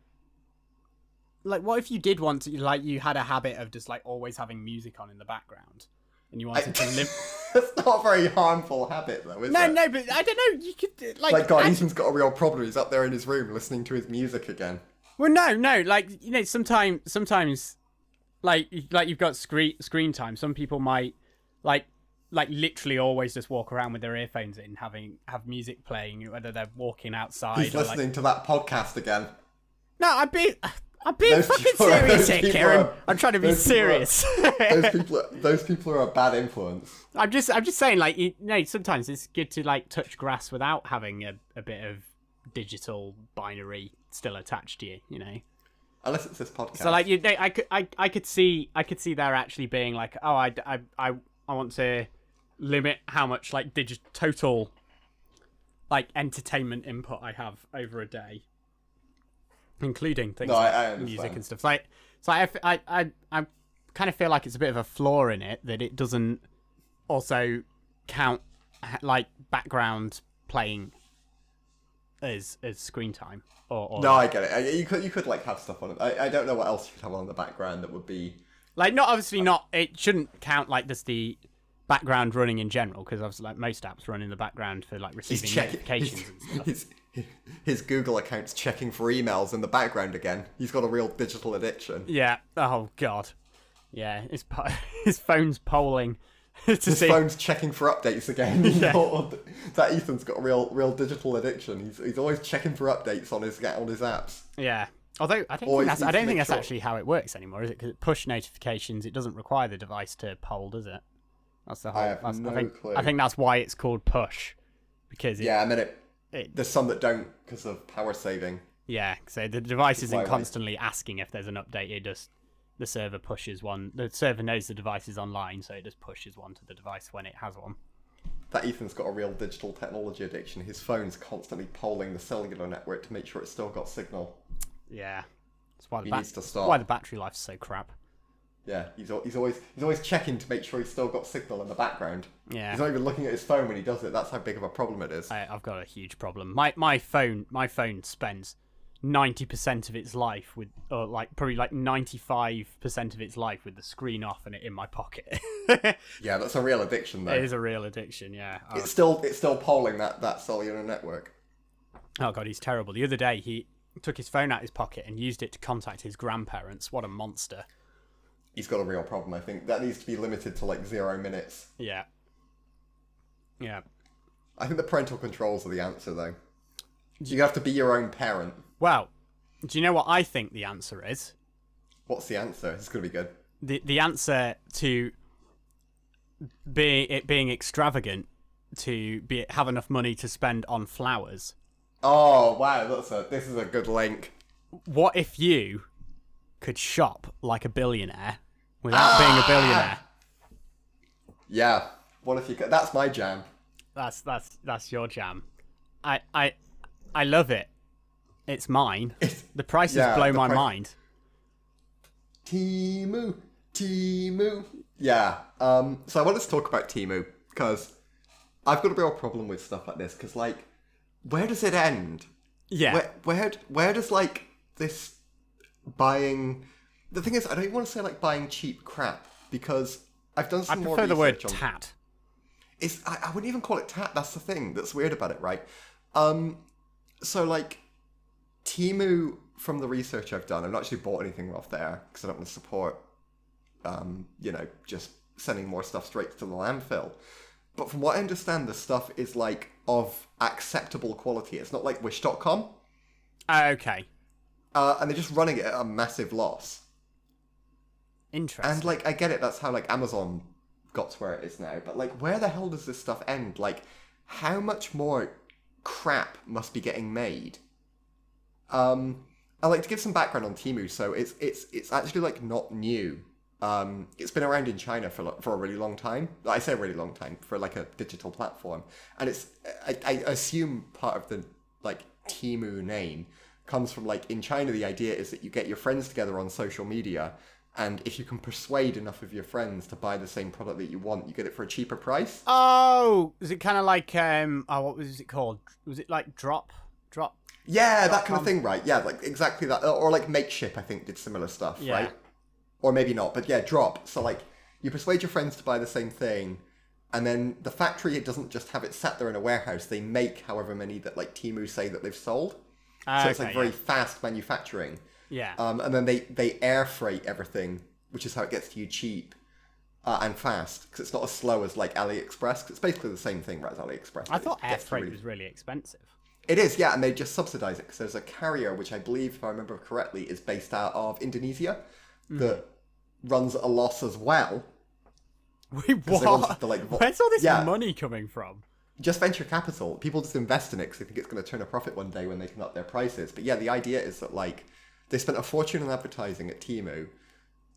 Speaker 1: like what if you did want to? Like, you had a habit of just like always having music on in the background, and you wanted to live.
Speaker 2: That's not a very harmful habit, though, is
Speaker 1: No,
Speaker 2: it?
Speaker 1: no, but I don't know. You could like.
Speaker 2: Like, God,
Speaker 1: I-
Speaker 2: Ethan's got a real problem. He's up there in his room listening to his music again.
Speaker 1: Well, no, no. Like you know, sometimes, sometimes, like like you've got screen screen time. Some people might like like literally always just walk around with their earphones in, having have music playing, whether they're walking outside
Speaker 2: He's
Speaker 1: or like.
Speaker 2: listening to that podcast again.
Speaker 1: No, I'm being, I'm being
Speaker 2: Those
Speaker 1: fucking
Speaker 2: people are-
Speaker 1: serious
Speaker 2: those
Speaker 1: here,
Speaker 2: people
Speaker 1: Kieran.
Speaker 2: are-
Speaker 1: I'm trying to be
Speaker 2: those people are-
Speaker 1: serious.
Speaker 2: Those people, are, those people are a bad influence.
Speaker 1: I'm just, I'm just saying, like, you know, sometimes it's good to like touch grass without having a, a bit of digital binary still attached to you, you know.
Speaker 2: Unless it's this podcast.
Speaker 1: So like you, they, I could, I, I could see, I could see there actually being like, oh, I, I, I, I want to limit how much like digit total, like entertainment input I have over a day, including things
Speaker 2: No, I-
Speaker 1: like
Speaker 2: I understand.
Speaker 1: music and stuff. Like, so I, f- I, I, I kind of feel like it's a bit of a flaw in it that it doesn't also count ha- like background playing as as screen time or, or
Speaker 2: no, I get it. I- You could, you could like have stuff on it. I, I don't know what else you could have on in the background that would be.
Speaker 1: Like, not obviously not. It shouldn't count like just the background running in general, because obviously like most apps run in the background for like receiving notifications. and stuff.
Speaker 2: His, his Google account's checking for emails in the background again. He's got a real digital addiction.
Speaker 1: Yeah. Oh God. Yeah. His po- his phone's polling to
Speaker 2: His
Speaker 1: see.
Speaker 2: phone's checking for updates again. Lord, that Ethan's got a real, real digital addiction. He's, he's always checking for updates on his on his apps.
Speaker 1: Yeah. Although I don't think
Speaker 2: Or it
Speaker 1: that's, I don't
Speaker 2: needs to
Speaker 1: think
Speaker 2: make
Speaker 1: that's
Speaker 2: sure-
Speaker 1: actually how it works anymore, is it? Because push notifications, it doesn't require the device to poll, does it? That's the whole.
Speaker 2: have
Speaker 1: that's-
Speaker 2: no
Speaker 1: think,
Speaker 2: clue.
Speaker 1: I think that's why it's called push, because it,
Speaker 2: Yeah, and then it.
Speaker 1: It-
Speaker 2: There's some that don't because of power saving.
Speaker 1: Yeah, so the device
Speaker 2: why
Speaker 1: isn't
Speaker 2: we-
Speaker 1: constantly asking if there's an update. It just the server pushes one. The server knows the device is online, so it just pushes one to the device when it has one.
Speaker 2: That Ethan's got a real digital technology addiction. His phone's constantly polling the cellular network to make sure it's still got signal.
Speaker 1: Yeah, that's why the
Speaker 2: He
Speaker 1: ba-
Speaker 2: needs to
Speaker 1: that's
Speaker 2: stop.
Speaker 1: why the battery life's so crap.
Speaker 2: Yeah, he's, al- he's always he's always checking to make sure he's still got signal in the background.
Speaker 1: Yeah.
Speaker 2: he's not even looking at his phone when he does it. That's how big of a problem it is.
Speaker 1: I, I've got a huge problem. My my phone my phone spends ninety percent of its life with, or like probably like ninety five percent of its life with the screen off and it in my pocket. it
Speaker 2: Yeah, that's a real addiction though.
Speaker 1: is a real addiction. Yeah. Oh,
Speaker 2: It's still it's still polling that that cellular network.
Speaker 1: Oh god, he's terrible. The other day he took his phone out his pocket and used it to contact his grandparents. What a monster.
Speaker 2: He's got a real problem. I think that needs to be limited to like zero minutes.
Speaker 1: Yeah. Yeah.
Speaker 2: I think the parental controls are the answer though. You have to be your own parent.
Speaker 1: Well, do you know what I think the answer is?
Speaker 2: What's the answer? It's gonna be good.
Speaker 1: The the answer to be it being extravagant to be have enough money to spend on flowers.
Speaker 2: Oh wow, that's a this is a good link.
Speaker 1: What if you could shop like a billionaire without being a billionaire?
Speaker 2: Yeah. What if you? Could, that's my jam.
Speaker 1: That's that's that's your jam. I I I love it. It's mine. The prices
Speaker 2: yeah,
Speaker 1: blow
Speaker 2: the
Speaker 1: my
Speaker 2: price-
Speaker 1: mind.
Speaker 2: Timu, Timu. Yeah. Um. So I wanted to talk about Timu because I've got a real problem with stuff like this. Because like, where does it end?
Speaker 1: Yeah.
Speaker 2: Where where d- where does like this buying? The thing is, I don't even want to say like buying cheap crap because I've done
Speaker 1: I
Speaker 2: some more
Speaker 1: prefer the word
Speaker 2: research on-
Speaker 1: tat.
Speaker 2: it's I, I wouldn't even call it tat. That's the thing that's weird about it, right? Um, so like, Timu from the research I've done, I've not actually bought anything off there because I don't want to support, um, you know, just sending more stuff straight to the landfill. But from what I understand, the stuff is like of acceptable quality. It's not like Wish.com,
Speaker 1: Okay.
Speaker 2: uh, and they're just running it at a massive loss.
Speaker 1: Interesting.
Speaker 2: And like I get it, that's how like Amazon got to where it is now. But like where the hell does this stuff end? Like how much more crap must be getting made? Um I like to give some background on Timu, so it's it's it's actually like not new. Um, it's been around in China for lo- for a really long time. I say a really long time for like a digital platform, and it's I, I assume part of the like Timu name comes from like in China the idea is that you get your friends together on social media, and if you can persuade enough of your friends to buy the same product that you want, you get it for a cheaper price.
Speaker 1: oh, is it kind of like um? Oh, what was it called? Was it like drop, drop?
Speaker 2: Yeah, that kind of thing, right? Yeah, like exactly that. Or like Makeship, I think, did similar stuff,
Speaker 1: Yeah.
Speaker 2: right? Or maybe not, but yeah, drop. So like, you persuade your friends to buy the same thing, and then the factory it doesn't just have it sat there in a warehouse. They make however many that like Timu say that they've sold. So it's
Speaker 1: Ah, Okay,
Speaker 2: like very uh, fast manufacturing.
Speaker 1: Yeah.
Speaker 2: Um, and then they they air freight everything, which is how it gets to you cheap. uh, and fast because it's not as slow as like AliExpress. 'cause it's basically the same thing, right? As AliExpress.
Speaker 1: I
Speaker 2: but it
Speaker 1: thought air
Speaker 2: gets to
Speaker 1: freight
Speaker 2: really-
Speaker 1: was really expensive.
Speaker 2: It is, yeah, and they just subsidize it because there's a carrier which I believe, if I remember correctly, is based out of Indonesia that
Speaker 1: Hmm.
Speaker 2: runs at a loss as well.
Speaker 1: Wait,
Speaker 2: they wanted
Speaker 1: what?
Speaker 2: to, like, vo-
Speaker 1: Where's all this
Speaker 2: Yeah.
Speaker 1: money coming from?
Speaker 2: Just venture capital. People just invest in it because they think it's going to turn a profit one day when they can up their prices. But yeah, the idea is that like they spent a fortune on advertising at Timu.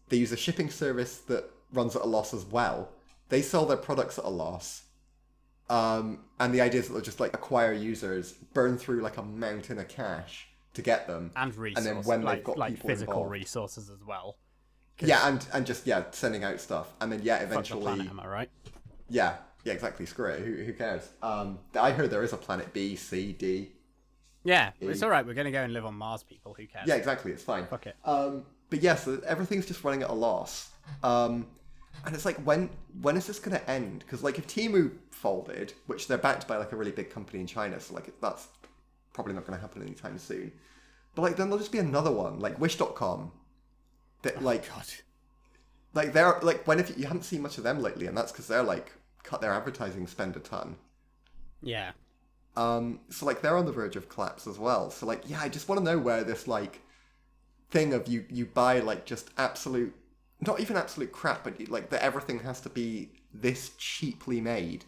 Speaker 2: They use a shipping service that runs at a loss as well. They sell their products at a loss. Um, and the idea is that they'll just like acquire users, burn through like a mountain of cash to get them.
Speaker 1: And resources,
Speaker 2: then when they've
Speaker 1: like,
Speaker 2: got
Speaker 1: like
Speaker 2: people
Speaker 1: physical
Speaker 2: involved-
Speaker 1: resources as well.
Speaker 2: Yeah, and and just yeah, sending out stuff, and then yeah,
Speaker 1: Fuck the
Speaker 2: eventually,
Speaker 1: planet, am I right?
Speaker 2: yeah, yeah, exactly. Screw it. Who, who cares? Um, I heard there is a planet B, C, D.
Speaker 1: Yeah, it's all right. We're gonna go and live on Mars, people. Who cares?
Speaker 2: Yeah, exactly. It's fine.
Speaker 1: Fuck it.
Speaker 2: Um, but yeah, so everything's just running at a loss. Um, and it's like when when is this going to end? Because like if Timu folded, which they're backed by like a really big company in China, so like that's probably not going to happen anytime soon. But like then there'll just be another one, like Wish.com. That like like they're like when if you haven't seen much of them lately, and that's because they're like cut their advertising spend a ton.
Speaker 1: Yeah.
Speaker 2: Um, so like they're on the verge of collapse as well. So like yeah, I just want to know where this like thing of you you buy like just absolute not even absolute crap, but like that everything has to be this cheaply made.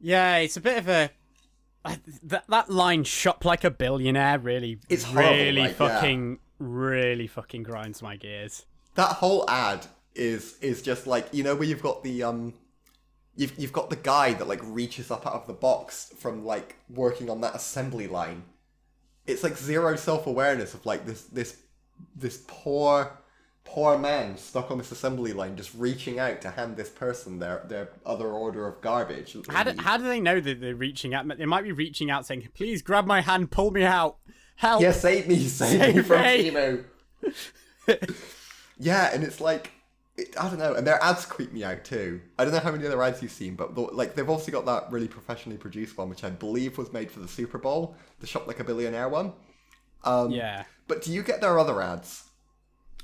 Speaker 1: Yeah, it's a bit of a I- that that line "shop like a billionaire" really,
Speaker 2: It's horrible,
Speaker 1: really
Speaker 2: like, yeah.
Speaker 1: fucking, really fucking grinds my gears.
Speaker 2: That whole ad is is just like you know where you've got the um you've you've got the guy that like reaches up out of the box from like working on that assembly line. It's like zero self awareness of like this this this poor poor man stuck on this assembly line just reaching out to hand this person their their other order of garbage.
Speaker 1: How do, how do they know that they're reaching out? They might be reaching out saying, "Please grab my hand, pull me out, help."
Speaker 2: yeah, save me, save, me
Speaker 1: Save
Speaker 2: from
Speaker 1: me.
Speaker 2: chemo. yeah, and it's like it, I don't know, and their ads creep me out too. I don't know how many other ads you've seen, but the, like they've also got that really professionally produced one, which I believe was made for the Super Bowl, the Shop Like a Billionaire one. Um,
Speaker 1: Yeah.
Speaker 2: But do you get their other ads?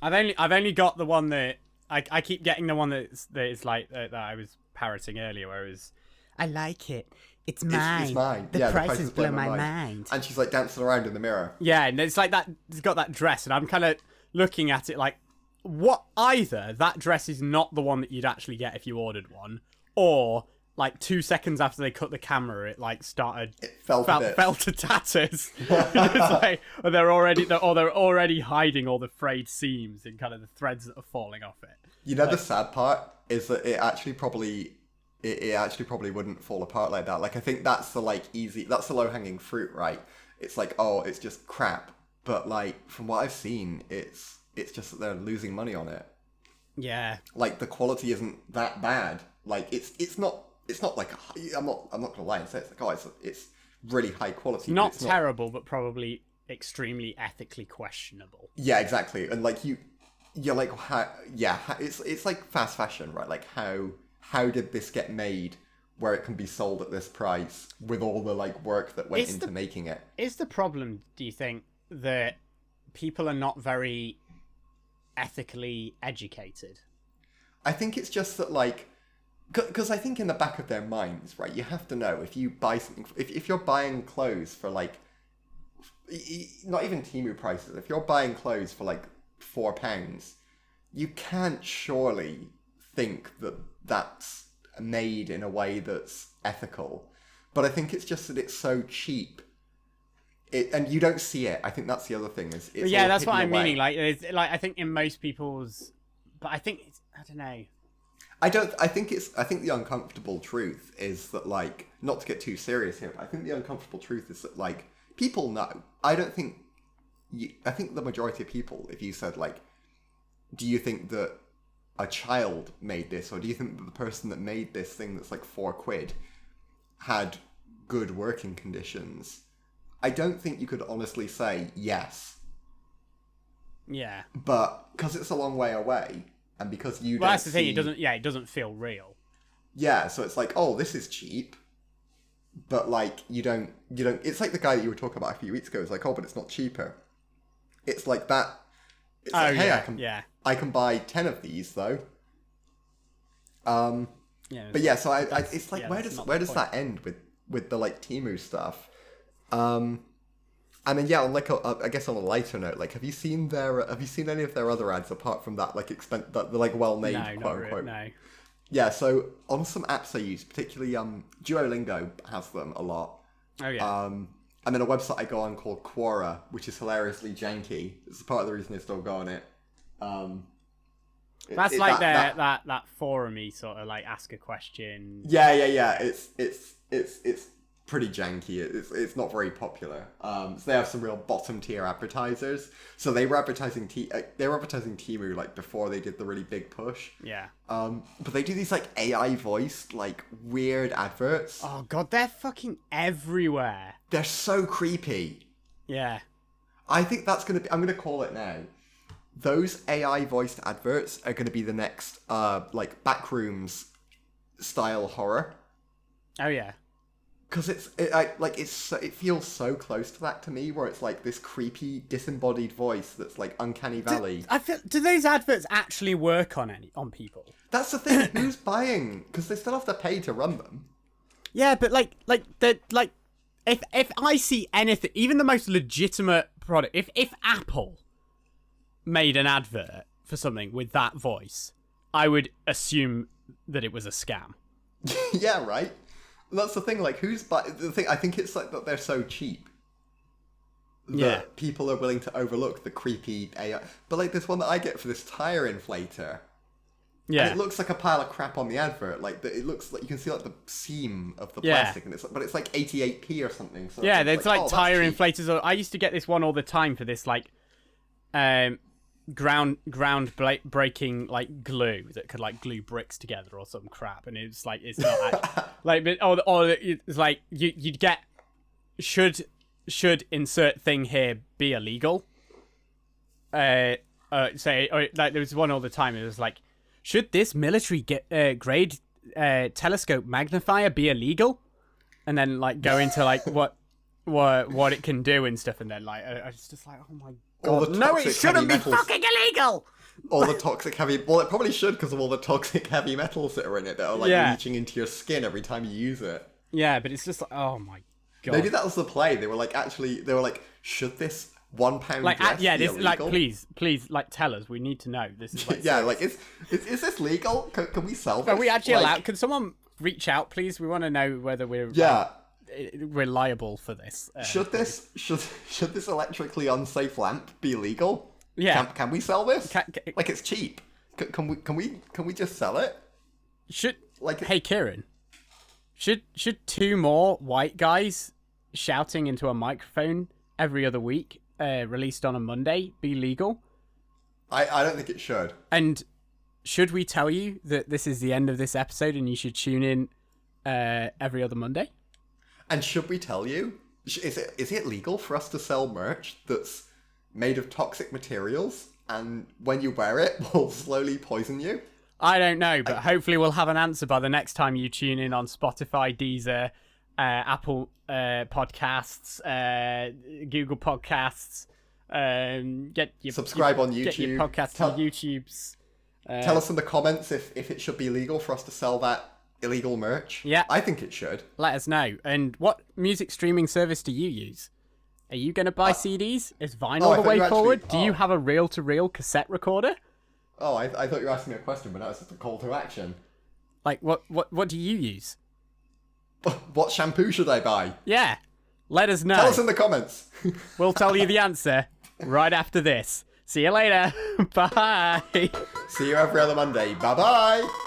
Speaker 1: I've only I've only got the one that I, I keep getting the one that's that is like uh, that I was parroting earlier, where it was I like it. It's mine.
Speaker 2: It's mine. yeah, the prices blow my mind. And she's like dancing around in the mirror.
Speaker 1: Yeah, and it's like that. It's got that dress, and I'm kind of looking at it like, what? Either that dress is not the one that you'd actually get if you ordered one, or like two seconds after they cut the camera, it like started
Speaker 2: It fell to
Speaker 1: fell,
Speaker 2: bits.
Speaker 1: fell to tatters. it's like, or they're already they're, or they're already hiding all the frayed seams and kind of the threads that are falling off it.
Speaker 2: You know the sad part is that it actually probably it, it actually probably wouldn't fall apart like that. Like I think that's the like easy that's the low hanging fruit, right? It's like oh, it's just crap. But like from what I've seen, it's it's just that they're losing money on it.
Speaker 1: Yeah,
Speaker 2: Like the quality isn't that bad. Like it's it's not it's not like a hi- I'm not I'm not gonna lie and say it's like oh it's it's really high quality. but
Speaker 1: not
Speaker 2: it's
Speaker 1: terrible, but probably extremely ethically questionable.
Speaker 2: Yeah, exactly. And like you, you're like, how, yeah, how, it's it's like fast fashion, right? Like how how did this get made where it can be sold at this price with all the like work that went
Speaker 1: It's
Speaker 2: into
Speaker 1: the-
Speaker 2: making it?
Speaker 1: Is the problem, do you think, that people are not very ethically educated?
Speaker 2: I think it's just that like, because I think in the back of their minds, right, you have to know if you buy something, if if you're buying clothes for like, e- e- not even Timu prices, if you're buying clothes for like four pounds, you can't surely think that that's made in a way that's ethical. But I think it's just that it's so cheap. It, and you don't see it. I think that's the other thing. Is it's
Speaker 1: yeah,
Speaker 2: all
Speaker 1: that's what I'm
Speaker 2: hidden away.
Speaker 1: meaning. Like, there's- like I think in most people's, but I think it's, I don't know.
Speaker 2: I don't. I think it's. I think the uncomfortable truth is that, like, not to get too serious here, but I think the uncomfortable truth is that, like, people know. I don't think. You, I think the majority of people, if you said, like, do you think that a child made this, or do you think that the person that made this thing that's like four quid had good working conditions? I don't think you could honestly say yes,
Speaker 1: Yeah,
Speaker 2: but because it's a long way away, and because you
Speaker 1: well,
Speaker 2: don't
Speaker 1: that's the thing. It
Speaker 2: see-
Speaker 1: doesn't. Yeah, it doesn't feel real.
Speaker 2: yeah so it's like oh this is cheap but like you don't you don't it's like the guy that you were talking about a few weeks ago it's like oh but it's not cheaper it's like that it's
Speaker 1: Oh
Speaker 2: like hey
Speaker 1: yeah,
Speaker 2: i can
Speaker 1: yeah,
Speaker 2: i can buy 10 of these though Um,
Speaker 1: Yeah,
Speaker 2: but
Speaker 1: it's-
Speaker 2: yeah, so I, I it's like
Speaker 1: yeah,
Speaker 2: where
Speaker 1: that's
Speaker 2: does
Speaker 1: not
Speaker 2: where
Speaker 1: the
Speaker 2: does that end with with the like Timu stuff? Um, and then yeah, on like a, a, I guess on a lighter note, like have you seen their have you seen any of their other ads apart from that like expen- that the like well made
Speaker 1: no,
Speaker 2: quote
Speaker 1: not
Speaker 2: unquote
Speaker 1: really. No.
Speaker 2: yeah, so on some apps I use, particularly um, Duolingo has them a lot.
Speaker 1: Oh yeah.
Speaker 2: Um, and then a website I go on called Quora, which is hilariously janky. It's part of the reason I still go on it. Um, it-
Speaker 1: That's
Speaker 2: it-
Speaker 1: like
Speaker 2: that-
Speaker 1: their
Speaker 2: that-
Speaker 1: that that, forumy sort of like ask a question.
Speaker 2: Yeah, yeah, yeah. It's it's it's it's pretty janky. It's it's not very popular. Um, so they have some real bottom tier advertisers. So they were advertising T. Uh, they were advertising Timu like before they did the really big push.
Speaker 1: Yeah.
Speaker 2: Um, but they do these like AI voiced like weird adverts.
Speaker 1: Oh god, they're fucking everywhere.
Speaker 2: They're so creepy.
Speaker 1: Yeah.
Speaker 2: I think that's gonna be. I'm gonna call it now. Those AI voiced adverts are gonna be the next uh like backrooms style horror.
Speaker 1: Oh yeah.
Speaker 2: because it's it, I, like it's so, it feels so close to that to me where it's like this creepy disembodied voice that's like uncanny valley
Speaker 1: I feel. Do those adverts actually work on any on people?
Speaker 2: that's the thing who's buying because they still have to pay to run them
Speaker 1: Yeah, but like, like the like, if if I see anything, even the most legitimate product, if if Apple made an advert for something with that voice, I would assume that it was a scam.
Speaker 2: yeah right that's the thing like who's buy the thing i think it's like that they're so cheap that
Speaker 1: Yeah.
Speaker 2: people are willing to overlook the creepy ai but like this one that i get for this tire inflator
Speaker 1: Yeah,
Speaker 2: It looks like a pile of crap on the advert. Like the, it looks like you can see like the seam of the
Speaker 1: Yeah.
Speaker 2: plastic, and it's but it's like 88p or something. So
Speaker 1: yeah.
Speaker 2: it's
Speaker 1: There's like,
Speaker 2: oh, that's
Speaker 1: tire
Speaker 2: cheap.
Speaker 1: inflators. Or I used to get this one all the time for this like, um, ground ground bla- breaking like glue that could like glue bricks together or some crap, and it's like it's not act- like but or or it's like you you'd get should should insert thing here be illegal? Uh, uh say or, like there was one all the time. It was like, should this military ge- uh, grade uh, telescope magnifier be illegal? And then like go into like what what what it can do and stuff, and then like I, I was just like, oh my
Speaker 2: All the
Speaker 1: god, no, it
Speaker 2: toxic
Speaker 1: shouldn't
Speaker 2: heavy
Speaker 1: be
Speaker 2: metals.
Speaker 1: fucking illegal.
Speaker 2: all the toxic heavy. Well, it probably should because of all the toxic heavy metals that are in it that are like
Speaker 1: Yeah.
Speaker 2: leaching into your skin every time you use it.
Speaker 1: Yeah, but it's just like, oh my god.
Speaker 2: Maybe that was the play. They were like, actually, they were like, should this one pound
Speaker 1: like
Speaker 2: dress
Speaker 1: uh, yeah,
Speaker 2: be
Speaker 1: this like
Speaker 2: illegal?
Speaker 1: please, please, like tell us. We need to know. This is like
Speaker 2: yeah, like is, is is this legal? Can, can we sell? This?
Speaker 1: Are we actually
Speaker 2: Like,
Speaker 1: allowed? Can someone reach out, please? We want to know whether we're
Speaker 2: Yeah.
Speaker 1: like, i- we're liable for this. Uh,
Speaker 2: Should this should should this electrically unsafe lamp be legal?
Speaker 1: Yeah.
Speaker 2: Can, can we sell this?
Speaker 1: Ca- ca-
Speaker 2: like it's cheap. C- can we can we can we just sell it?
Speaker 1: should
Speaker 2: Like-
Speaker 1: like hey Kieran, should should two more white guys shouting into a microphone every other week, uh, released on a Monday, be legal?
Speaker 2: I I don't think it should.
Speaker 1: And should we tell you that this is the end of this episode and you should tune in uh, every other Monday?
Speaker 2: And should we tell you? Sh- Is it is it legal for us to sell merch that's made of toxic materials and when you wear it will slowly poison you?
Speaker 1: I don't know, but hopefully we'll have an answer by the next time you tune in on Spotify, Deezer, uh, Apple uh, Podcasts, uh, Google Podcasts. Um, get your
Speaker 2: Subscribe on
Speaker 1: your- Get your
Speaker 2: YouTube.
Speaker 1: podcast on YouTube's.
Speaker 2: Tell us in the comments if if it should be legal for us to sell that illegal merch.
Speaker 1: Yeah.
Speaker 2: I think it should.
Speaker 1: Let us know. And what music streaming service do you use? Are you going to buy CDs? Is vinyl
Speaker 2: Uh, oh,
Speaker 1: the
Speaker 2: I thought
Speaker 1: way
Speaker 2: you actually-
Speaker 1: forward? Do you
Speaker 2: oh.
Speaker 1: have a reel-to-reel cassette recorder?
Speaker 2: Oh, I, I thought you were asking me a question, but now it's just a call to action.
Speaker 1: Like, what, what, what do you use?
Speaker 2: What shampoo should I buy?
Speaker 1: Yeah, let us know.
Speaker 2: Tell us in the comments.
Speaker 1: We'll tell you the answer right after this. See you later. Bye.
Speaker 2: See you every other Monday. Bye bye.